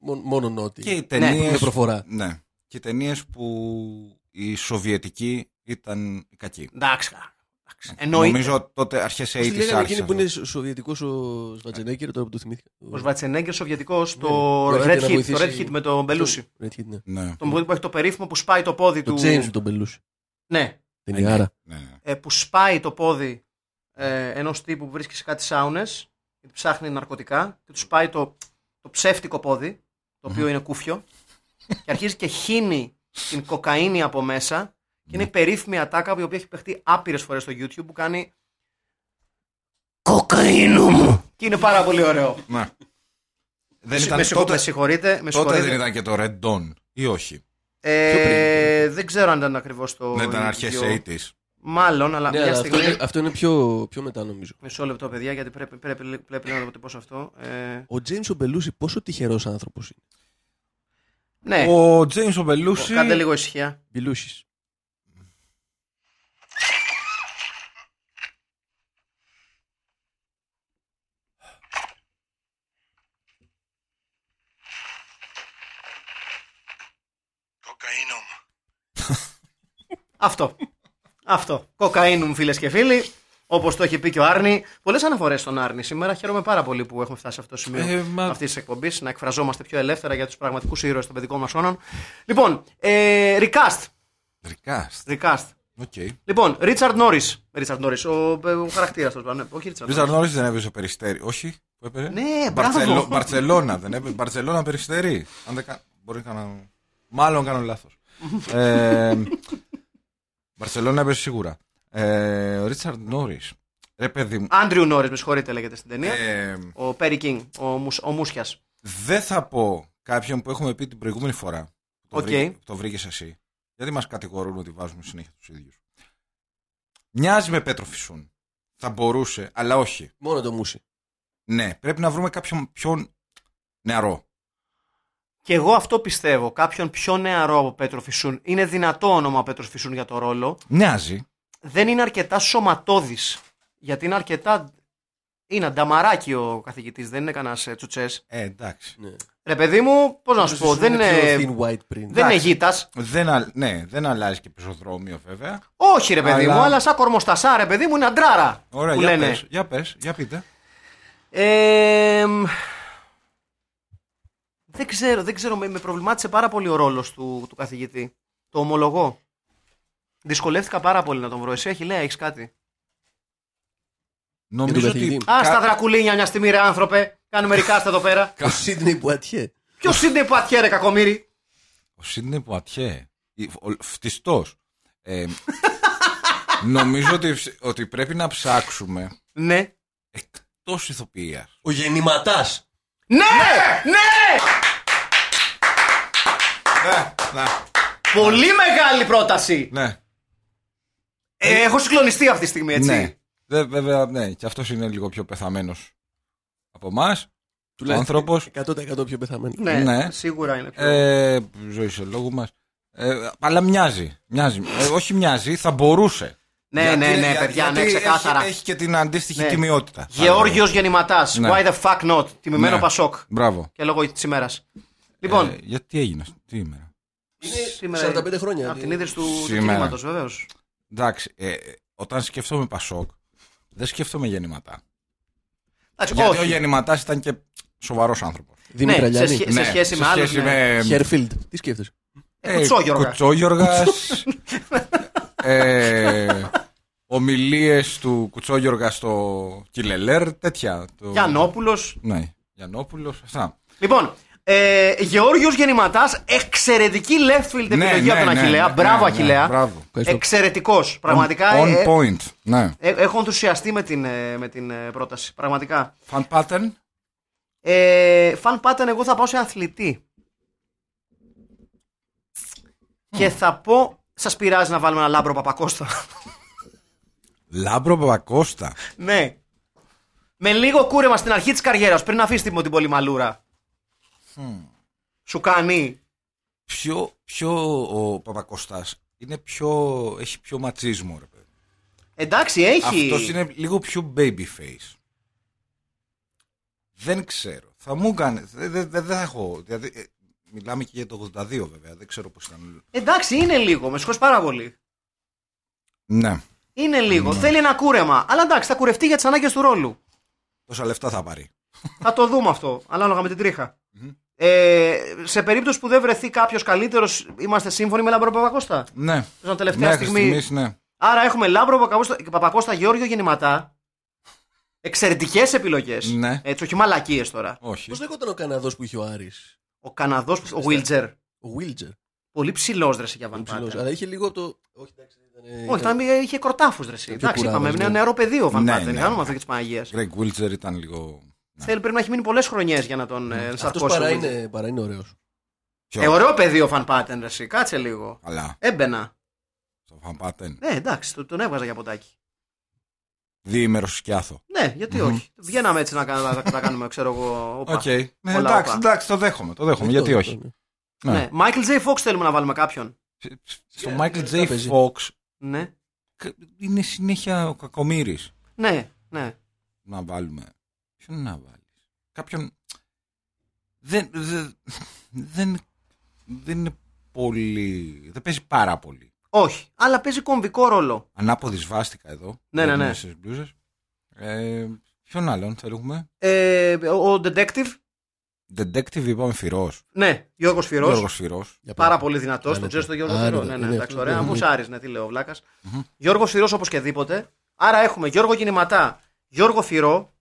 D: μόνο, μόνο νότη.
C: Και οι
B: Ναι,
C: ταινίες.
D: είναι προφορά.
C: Ναι. Και οι ταινίες που η Σοβιετική ήταν η κακή.
B: Εντάξει. Εννοείται.
C: Νομίζω τότε αρχές 80s
D: Πώς τη λέγανε εκείνη
C: άρχισε.
D: που είναι σοβιετικός ο Σβατζενέκερ, τώρα που το θυμήθηκα.
B: Ο Σβατσενέγκερ
C: Ναι,
B: Σοβιετικό στο
D: Τώρα
B: Red, Hit,
D: για να
B: το Red
D: βοηθήσει-
B: Hit με τον Μπελούση.
D: Red Hit, ναι.
C: Ναι.
B: Τον που έχει το περίφημο που σπάει το πόδι
D: Το
B: του.
D: James με τον Μπελούση.
B: Ναι,
D: Την Ιάρα.
C: ναι, ναι.
B: ε, που σπάει το πόδι ε, ενός τύπου που βρίσκει σε κάτι σάουνες, γιατί ψάχνει ναρκωτικά και του σπάει το, το ψεύτικο πόδι, το οποιο είναι κούφιο, και αρχίζει και χύνει την κοκαίνη από μέσα. Και
C: Ναι.
B: είναι η περίφημη ατάκα που η οποία έχει παιχτεί άπειρες φορές στο YouTube που κάνει. Κοκαίνου μου! Και είναι πάρα πολύ ωραίο.
C: Ναι. Δεν
B: με,
C: ήταν
B: συγχω- με
C: τότε,
B: συγχωρείτε. Με
C: τότε
B: συγχωρείτε.
C: δεν ήταν και το Red Dawn, ή όχι.
B: Ε, δεν ξέρω αν Ναι, ήταν ακριβώς το.
C: δεν Ναι, ήταν αρχές
B: ίδιο.
C: 80s.
B: Μάλλον, αλλά
D: Ναι,
B: μια
D: αλλά αυτό
B: στιγμή.
D: είναι, αυτό είναι πιο, πιο μετά νομίζω.
B: Μισό λεπτό, παιδιά, γιατί πρέπει, πρέπει, πρέπει, να το αποτυπώσω αυτό. Ε,
D: Ο James ο Μπελούση πόσο τυχερός άνθρωπος είναι.
B: ναι,
C: Ο James ο Μπελούση.
B: κάντε λίγο ησυχία.
D: Μπελούση.
B: Αυτό. αυτό. Κοκαίνουν, φίλες και φίλοι. Όπως το έχει πει και ο Άρνη. Πολλές αναφορές στον Άρνη σήμερα. Χαίρομαι πάρα πολύ που έχουμε φτάσει σε αυτό το σημείο
E: Ε, μα-
B: αυτής της εκπομπής. Να εκφραζόμαστε πιο ελεύθερα για τους πραγματικούς ήρωες των παιδικών μας όνων. Λοιπόν, ε, recast.
C: Recast.
B: recast.
C: Οκ.
B: Λοιπόν, Ρίτσαρντ Νόρις. Ρίτσαρντ Νόρις, ο, ε, ο χαρακτήρας του. Ναι, όχι Ρίτσαρντ
C: Ρίζαρ Νόρι δεν έπαιζε περιστέρι. Όχι. Που έπαιζε.
B: Ναι, μπράβο.
C: Μπαρτσελο... Μπαρτσελώνα. Δεν έπαιζε. Μπαρτσελώνα περιστέρι. Αν δεν κα... Μπορεί να. Μάλλον κάνω λάθος. ε, Μπαρτσελώνα έπαιζε σίγουρα. Ε, ο Ρίτσαρντ Νόρις. Ρε παιδί μου.
B: Άντριου Νόρις, με συγχωρείτε, λέγεται στην ταινία.
C: Ε,
B: Ο Πέρι Κίνγκ, ο, Μουσ, ο Μούσιας.
C: δεν θα πω κάποιον που έχουμε πει την προηγούμενη φορά. Το,
B: Οκ.
C: βρήκε, το βρήκες εσύ. Γιατί μας κατηγορούν ότι βάζουμε συνέχεια τους ίδιους. Μοιάζει με Πέτρο Φυσούν. Θα μπορούσε, αλλά όχι.
D: Μόνο το μουσι.
C: Ναι, πρέπει να βρούμε κάποιον πιο νεαρό.
B: Και εγώ αυτό πιστεύω. Κάποιον πιο νεαρό από Πέτρο Φυσούν. Είναι δυνατό όνομα ο Πέτρος Φυσούν για το ρόλο.
C: Μοιάζει.
B: Δεν είναι αρκετά σωματώδης. Γιατί είναι αρκετά. Είναι ανταμαράκι ο καθηγητής, δεν είναι κανένας τσουτσές.
C: Ε, εντάξει.
D: Ναι.
B: Ρε παιδί μου, πώς να σου πω, δεν είναι.
D: Πιο thin white print.
B: Δεν είναι γήτας.
C: Δεν, α- ναι, δεν αλλάζει και πεζοδρόμιο βέβαια.
B: Όχι, ρε παιδί
C: Αλλά-
B: μου, αλλά σαν κορμοστασά, ρε παιδί μου, είναι αντράρα.
C: Ωραία,
B: που
C: για
B: λένε.
C: πες, για πες, για πείτε.
B: Ε, μ, δεν ξέρω, δεν ξέρω με, με προβλημάτισε πάρα πολύ ο ρόλος του, του καθηγητή. Το ομολογώ. Δυσκολεύτηκα πάρα πολύ να τον βρω. Εσύ, Αχιλέα, έχεις κάτι.
C: Νομίζω ότι...
D: καθηγητή.
B: Α τα δρακουλίνια μια στιγμή, ρε άνθρωπε. Κάνουμε μερικά στα εδώ πέρα.
D: Το Sydney Poitier.
B: Ποιο είναι που ατιέρε, κακομίρι.
C: Ο Σίδνεϊ Πουατιέ. η- ο- Φτιστός. Ε, νομίζω ότι, ότι πρέπει να ψάξουμε
B: Ναι.
C: εκτός ηθοποιίας.
D: Ο γεννηματάς.
B: Ναι! Ναι!
C: Ναι,
B: Πολύ μεγάλη πρόταση.
C: ναι.
B: Ε, έχω συγκλονιστεί αυτή τη στιγμή, έτσι.
C: Ναι. Δε- βέβαια, ναι, και αυτός είναι λίγο πιο πεθαμένος από εμάς. Ο
D: Τουλάχιστον
C: άνθρωπος.
D: 100% πιο πεθαμένος.
B: Ναι,
C: Ναι.
B: Σίγουρα είναι πιο.
C: Ε, ζωή σε λόγου μας. Ε, αλλά μοιάζει. μοιάζει. Ε, όχι μοιάζει, θα μπορούσε.
B: ναι,
C: Γιατί-
B: ναι, ναι,
C: για-
B: παιδιά,
C: γιατί
B: ναι, ξεκάθαρα.
C: Έχει, έχει και την αντίστοιχη
B: Ναι.
C: κοιμιότητα.
B: Γεώργιος Γεννηματάς.
C: Ναι.
B: Why the fuck not. Τιμημένο
C: Ναι.
B: Πασόκ.
C: Μπράβο.
B: Και λόγω της ημέρας. Λοιπόν,
C: Ε, γιατί έγινε αυτή τη ημέρα.
D: Είναι 45 χρόνια.
B: Από την ίδρυση του, του
C: Ε, Σήμερα.
B: κινήματος, βεβαίως.
C: Εντάξει, ε, όταν σκέφτομαι Πασόκ, δεν σκέφτομαι γεννηματά. Γιατί ο
B: Όχι.
C: γεννηματάς ήταν και σοβαρός άνθρωπος.
B: Ναι, σε,
D: Δημητραλιάνη.
B: σχέ- σε σχέση με άλλους. Ναι.
D: Χέρφιλντ. Τι σκέφτεσαι.
B: Ε, Κουτσόγιοργα. [laughs]
C: Κουτσόγιοργας, ε, ομιλίες του Κουτσόγιοργα στο Κιλελέρ, τέτοια. Το...
B: Γιαννόπουλος.
C: Ναι, Γιαννόπουλος, αυτά.
B: Λοιπόν, ε, Γεώργιος Γεννηματάς, εξαιρετική left field
C: Ναι,
B: επιλογή από τον Αχηλέα. Μπράβο, Αχηλέα.
C: μπράβο.
D: Ευχαριστώ.
B: Εξαιρετικός. Πραγματικά.
C: On
B: ε,
C: point, ναι.
B: ε, έχω ενθουσιαστεί με την, ε, με την ε, πρόταση. Πραγματικά.
C: Fan pattern,
B: Ε, φαν pattern, εγώ θα πάω σε αθλητή. Και θα πω. Σας πειράζει να βάλουμε ένα λάμπρο Παπακώστα.
C: Λάμπρο Παπακώστα.
B: ναι. Με λίγο κούρεμα στην αρχή της καριέρας, πριν αφήσει την πολύ μαλούρα. Σου κάνει.
C: πιο, πιο ο Παπακοστάς είναι πιο, έχει πιο ματσίσμο ρε παιδί.
B: Εντάξει, έχει.
C: Αυτός είναι λίγο πιο baby face. Δεν ξέρω. Θα μου κάνει. Δεν δε, δε, δεν θα έχω. Δηλαδή, ε, μιλάμε και για το 82 βέβαια. Δεν ξέρω πώς ήταν.
B: Εντάξει, είναι λίγο. Με συγχωρεί πάρα πολύ.
C: Ναι.
B: Είναι λίγο. Θέλει ένα κούρεμα. Αλλά εντάξει, θα κουρευτεί για τις ανάγκες του ρόλου.
C: Τόσα λεφτά θα πάρει.
B: Θα το δούμε αυτό, ανάλογα με την τριχα Ε, σε περίπτωση που δεν βρεθεί κάποιος καλύτερος, είμαστε σύμφωνοι με Λάμπρο Παπακώστα.
C: Ναι.
B: Ήταν τελευταία στιγμή.
C: στιγμής, ναι.
B: Άρα έχουμε Λάμπρο Παπακώστα, Παπακώστα Γεώργιο Γεννηματά. Ε, Εξαιρετικές επιλογές.
C: Ναι.
B: Έτσι, όχι μαλακίες τώρα.
C: Όχι.
D: Πώς λέγονταν ο Καναδός που είχε ο Άρης.
B: Ο Καναδός, ο Βίλτζερ.
D: Ο Βίλτζερ.
B: Πολύ ψηλός δρεσί για
D: Πολύ
B: Βαν
D: ψηλός.
B: Πάτερ.
D: Αλλά είχε λίγο από το. Όχι, εντάξει. Ήταν, ε,
B: Όχι, ήταν, είχε κροτάφους δρεσί. Εντάξει,
D: κουράγος,
B: είπαμε, είναι ένα
D: ναι.
B: νεαρό παιδί ο Βαν
C: Ναι,
B: Πάτερ.
C: ναι,
B: Κάνουμε
C: ναι.
B: αυτό και τη Παναγία.
C: Greg Wiltshire ήταν λίγο.
B: Θέλει πρέπει να έχει μείνει πολλές χρονιές για να τον ε,
D: Αυτό
B: ενσαρκώσει.
D: παρά
B: ο Wiltshire.
D: είναι, παρά είναι ωραίος.
C: Πιο
B: Ε, ωραίο παιδί ο Φαν Πάτεν, ρε, εσύ. Κάτσε λίγο.
C: καλά.
B: Έμπαινα.
C: Στο fan pattern.
B: Ναι, εντάξει, το- τον έβγαζα για ποτάκι.
C: Διήμερος σκιάθο.
B: Ναι, γιατί όχι. Βγαίναμε έτσι να κάνουμε, να τα κάνουμε, ξέρω εγώ. όπα.
C: Οκ. Ναι,
B: Πολλά
C: εντάξει,
B: όπα.
C: εντάξει, το δέχομαι. Το δέχομαι. Γιατί
D: Αυτό,
C: όχι.
D: αυτό, ναι.
C: ναι.
B: Ναι. Michael J. Fox θέλουμε να βάλουμε κάποιον.
C: Στο
D: Ε,
C: Michael
D: τα
C: J.
D: παίζει.
C: Fox
B: Ναι.
C: Κα- είναι συνέχεια ο κακομύρης
B: Ναι, ναι.
C: να βάλουμε. Ποιον να βάλεις. Κάποιον. Δεν, δεν, δεν, δεν είναι πολύ. Δεν παίζει πάρα πολύ.
B: Όχι. Αλλά παίζει κομβικό ρόλο.
C: Ανάποδη σβάστηκα εδώ.
B: Ναι, ναι,
C: Δεν
B: ναι.
C: είναι Στις μπλούζες. Ε, ποιον άλλον θέλουμε.
B: Ε, ο Detective,
C: Detective είπαμε Φυρός.
B: ναι, Γιώργος Φυρό.
C: Γιώργος Φυρός.
D: Για
B: Πάρα
D: πάμε.
B: πολύ δυνατός. Το
D: Άνετα.
B: ξέρει το Γιώργο
D: Άνετα.
B: Φυρό. Ναι, ναι,
D: Είναι
B: εντάξει,
D: αυτό.
B: ωραία.
D: Ναι.
B: Μου άρεσε, ναι, τι λέω, βλάκας. Γιώργο Φυρό οπωσδήποτε. Άρα έχουμε Γιώργο Κινηματά, Γιώργο Φυρό.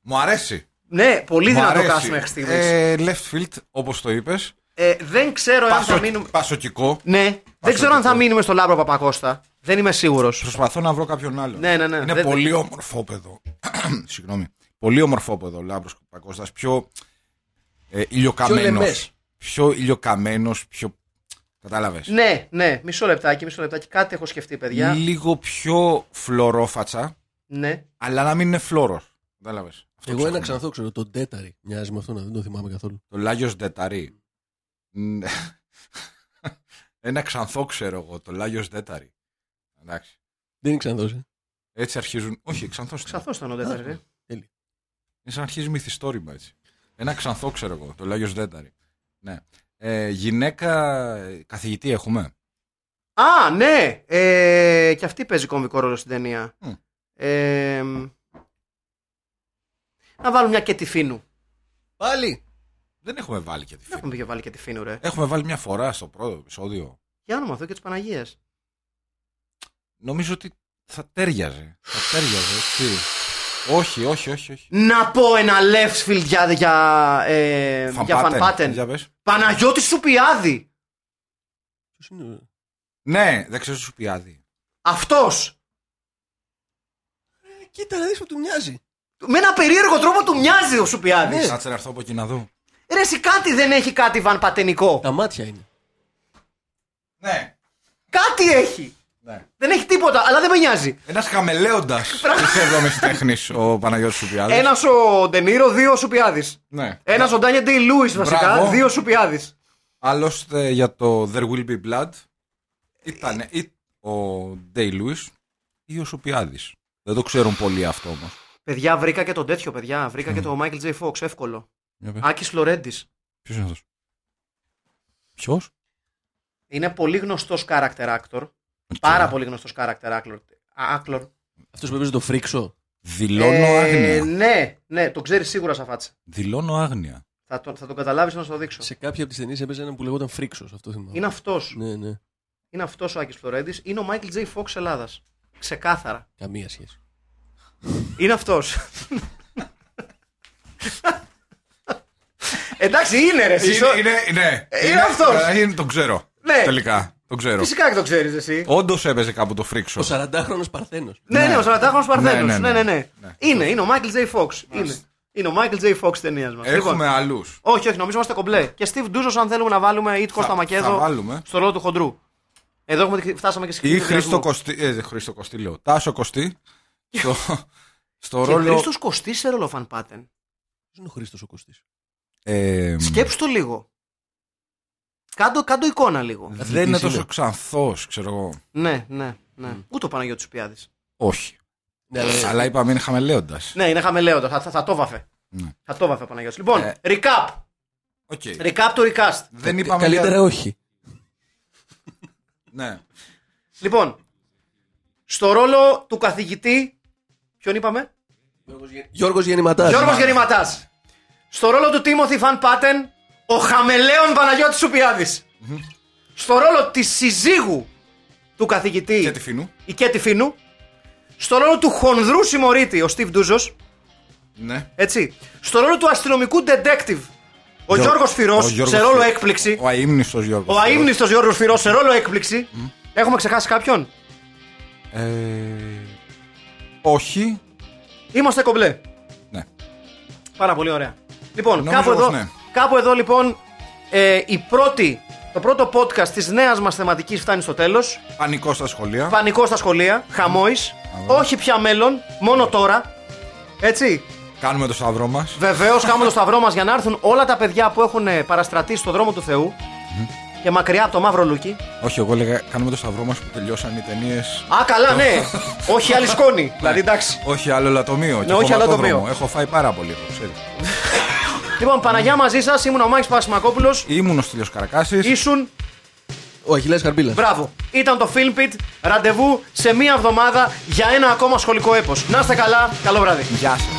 C: Μου αρέσει.
B: Ναι, πολύ
C: Μου
B: δυνατό
C: αρέσει.
B: cast μέχρι στιγμής.
C: Ε, left field, όπως το είπες.
B: Ε, δεν ξέρω αν θα
C: Πασο-
B: μείνουμε.
C: Πασοκικό.
B: Ναι, δεν ξέρω αν θα
C: δικό.
B: μείνουμε στο Λάμπρο Παπακώστα. Δεν είμαι σίγουρος.
C: Προσπαθώ να βρω κάποιον άλλον.
B: Ναι, ναι, ναι.
C: Είναι
B: Δεν-
C: πολύ όμορφο παιδό. [clears throat] Συγγνώμη. Πολύ όμορφο παιδό ο Λάμπρο Πακώστα. Πιο ε, ηλιοκαμένος.
D: λεμπές.
C: Πιο ηλιοκαμένος, πιο. Κατάλαβες.
B: Ναι, ναι, μισό λεπτάκι, μισό λεπτάκι. Κάτι έχω σκεφτεί, παιδιά.
C: Λίγο πιο φλωρόφατσα,
B: Ναι.
C: αλλά να μην είναι φλόρο. Κατάλαβε.
D: Εγώ ένα ξανθό ξέρω, τον Τέταρη. Μοιάζει με αυτόν, δεν το θυμάμαι καθόλου.
C: Το Λάγιος Δεταρή. Ν- [laughs] ένα ξανθό ξέρω εγώ, το Λάγιος Δεταρή. Εντάξει.
D: Δεν είναι ξανθός. Ε.
C: Έτσι αρχίζουν. Όχι, ξανθός.
B: Ξαθώ ήταν ο Τέταρη. ρε.
C: Είναι σαν να αρχίζει μυθιστόρημα έτσι. Ένα ξανθό ξέρω εγώ, το Λάγιος Δένταρη. Ναι. Ε, γυναίκα ε, καθηγητή έχουμε.
B: Α, ναι! Ε, και αυτή παίζει κομβικό ρόλο στην ταινία.
C: Μμ.
B: Ε, να βάλουμε μια και τη Φίνου.
D: Πάλι!
C: Δεν έχουμε βάλει και τη
B: Δεν
C: φίλη.
B: έχουμε βάλει και τη Φίνου, ρε.
C: Έχουμε βάλει μια φορά στο πρώτο επεισόδιο.
B: Για όνομα αυτό και της Παναγίας.
C: Νομίζω ότι θα τέριαζε. Θα τέριαζε. Τι. Όχι, όχι, όχι. όχι.
B: Να πω ένα left field για, για, ε,
C: Van
B: για Van
C: Patten.
B: Patten.
C: Για πες.
B: Παναγιώτης Σουπιάδη!
D: Ποιος είναι. ο-
C: Ναι, δεν ξέρω σου πιάδι.
B: Αυτός!
D: Ε, Κοίτα να δεις που του μοιάζει.
B: Με ένα περίεργο τρόπο του μοιάζει ο Σουπιάδης.
C: Κάτσε να έρθω από εκεί να δω.
B: Ρε, εσύ κάτι δεν έχει κάτι βανπατενικό.
D: Τα μάτια είναι.
C: Ναι.
B: Κάτι έχει!
C: ναι.
B: Δεν έχει τίποτα, αλλά δεν με νοιάζει.
C: Ένας χαμελέοντας τη έβδομη τέχνη ο Παναγιώτης Σουπιάδης.
B: Ένας ο Ντενίρο, δύο ο Σουπιάδης.
C: Ναι.
B: Ένας ο Ντάνιε Ντέι Λούι βασικά,
C: Μπράβο.
B: δύο Σουπιάδης.
C: Άλλωστε για το There Will Be Blood ήταν ή ο Ντέι Λούις ή ο Σουπιάδης. Δεν το ξέρουν πολύ αυτό όμως.
B: Παιδιά, βρήκα και τον τέτοιο, παιδιά. Βρήκα και τον Michael J. Fox, εύκολο.
C: Για πες.
B: Άκης Λορέντης.
C: Ποιος είναι αυτός. Ποιος.
B: Είναι πολύ γνωστός character actor. Πάρα πολύ γνωστός character actor. Α, actor. Ε,
D: Αυτός που έπαιζε το φρίξο.
C: Δηλώνω άγνοια.
B: ναι, ναι, το ξέρεις σίγουρα σαν φάτσα.
C: Δηλώνω άγνοια.
B: Θα τον, θα τον καταλάβεις να σου το δείξω.
D: Σε κάποια από τις ταινίες έπαιζε έναν που λεγόταν φρίξος. Αυτό θυμάμαι.
B: Είναι αυτός.
D: Ναι, ναι.
B: Είναι αυτός ο Άκης Λορέντης. Είναι ο Michael J. Fox Ελλάδας. Ξεκάθαρα.
D: Καμία σχέση.
B: Είναι αυτός.
C: [laughs]
B: Εντάξει, είναι ρε. εσύ.
C: Είναι, είναι, ναι. είναι,
B: Ε, είναι αυτός.
C: ε, Είναι, τον ξέρω.
B: Ναι.
C: Τελικά. Τον ξέρω.
B: Φυσικά και το ξέρεις εσύ.
C: Όντως έπαιζε κάπου το
D: Ο
C: φρίξο.
D: 40χρονο Παρθένος.
B: Ναι, ναι, ο 40χρονο Παρθένος. Ναι,
C: Ναι,
B: ναι,
C: ναι,
B: ναι.
C: ναι.
B: Είναι, είναι ο Michael J. Fox. Είναι. είναι ο Michael J. Fox ταινίας μας.
C: Έχουμε άλλους.
B: Λοιπόν, όχι, όχι, νομίζω είμαστε κομπλέ. Και Steve Ντούζος, αν θέλουμε να βάλουμε ή Κώστα
C: θα
B: Μακέδο
C: βάλουμε. ε.
B: στο ρόλο του χοντρού. Εδώ έχουμε, τη- φτάσαμε και σε
C: Ή
B: κλείδι
C: Χρήστο
B: του
C: Κωστή. Ε, δεν Χρήστο Κωστή λέω. Τάσο Κωστή. Στο, στο
B: Και
C: ρόλο.
B: Χρήστος Κωστής σε ρόλο Φαν Πάτεν.
D: Ποιος είναι ο Χρήστος ο Κωστής.
C: Ε,
B: Σκέψου το λίγο. Κάντο, κάντο εικόνα λίγο.
C: Δεν είναι
D: είναι.
C: τόσο ξανθός, ξέρω εγώ.
B: ναι, ναι, ναι. Ούτε ο Παναγιώτης Πιάδη.
C: Όχι.
D: Ναι, αλλά-
C: Ε, Αλλά είπαμε είναι χαμελέοντας.
B: Ναι, είναι χαμελέοντας. Θα, θα, θα το βαφε.
C: Ναι.
B: Θα το βαφε ο Παναγιώτης. Λοιπόν,
C: Ε.
B: recap. Recap του recast.
C: Δεν είπαμε.
D: Καλύτερα
C: για-
D: όχι.
C: Ναι.
B: Λοιπόν, στο ρόλο του καθηγητή. Ποιον είπαμε?
D: Γιώργος Γεννηματάς.
B: Γιώργος Γεννηματάς. Στο ρόλο του Τίμωθη Φαν Πάτεν, ο χαμελέον Παναγιώτης Σουπιάδης. Στο ρόλο της συζύγου του καθηγητή,
C: Και τη φινού.
B: η Κέτη Φίνου. Στο ρόλο του χονδρού συμμορίτη, ο Στίβ Ντούζος.
C: Ναι.
B: Έτσι. Στο ρόλο του αστυνομικού detective, ο Γιώργος Φυρός,
C: ο Γιώργος
B: σε ρόλο
C: Φυ-
B: έκπληξη.
C: Ο αίμνητο Γιώργος.
B: Ο αείμνηστος Γιώργος Φυρός, σε ρόλο έκπληξη. Έχουμε ξεχάσει κάποιον.
C: Ε... Όχι.
B: Είμαστε κομπλέ.
C: Ναι.
B: Πάρα πολύ ωραία. Λοιπόν,
C: Νομίζω
B: κάπου
C: πως
B: εδώ,
C: ναι.
B: κάπου εδώ λοιπόν ε, η πρώτη, το πρώτο podcast της νέας μας θεματικής φτάνει στο τέλος.
C: Πανικό στα σχολεία.
B: Πανικό στα σχολεία, χαμόης,
C: Αβα.
B: όχι πια μέλλον, μόνο τώρα. Έτσι,
C: Κάνουμε το σταυρό μας. [laughs]
B: βεβαίως κάνουμε το σταυρό μας για να έρθουν όλα τα παιδιά που έχουν ε, παραστρατήσει στο δρόμο του Θεού και μακριά από το μαύρο λούκι.
C: Όχι, εγώ έλεγα κάνουμε το σταυρό μας που τελειώσαν οι ταινίες.
B: Α, καλά,
C: [laughs]
B: ναι! όχι άλλη
C: Ναι.
B: σκόνη. δηλαδή, εντάξει.
C: Όχι άλλο λατομείο. και
B: Ναι, όχι άλλο
C: χωματόδρομο.
B: λατομείο.
C: Έχω φάει πάρα πολύ. το ξέρεις.
B: λοιπόν, Παναγιά μαζί σας, ήμουν ο Μάκης Πασημακόπουλος,
C: Ήμουν ο Στυλιός Καρακάσης.
B: ήσουν
D: Ο Αχιλέας Καρμπίλας.
B: Μπράβο. Ήταν το Film Pit. Ραντεβού σε μία εβδομάδα για ένα ακόμα σχολικό έπος. Να είστε καλά. Καλό βράδυ.
C: Γεια σας.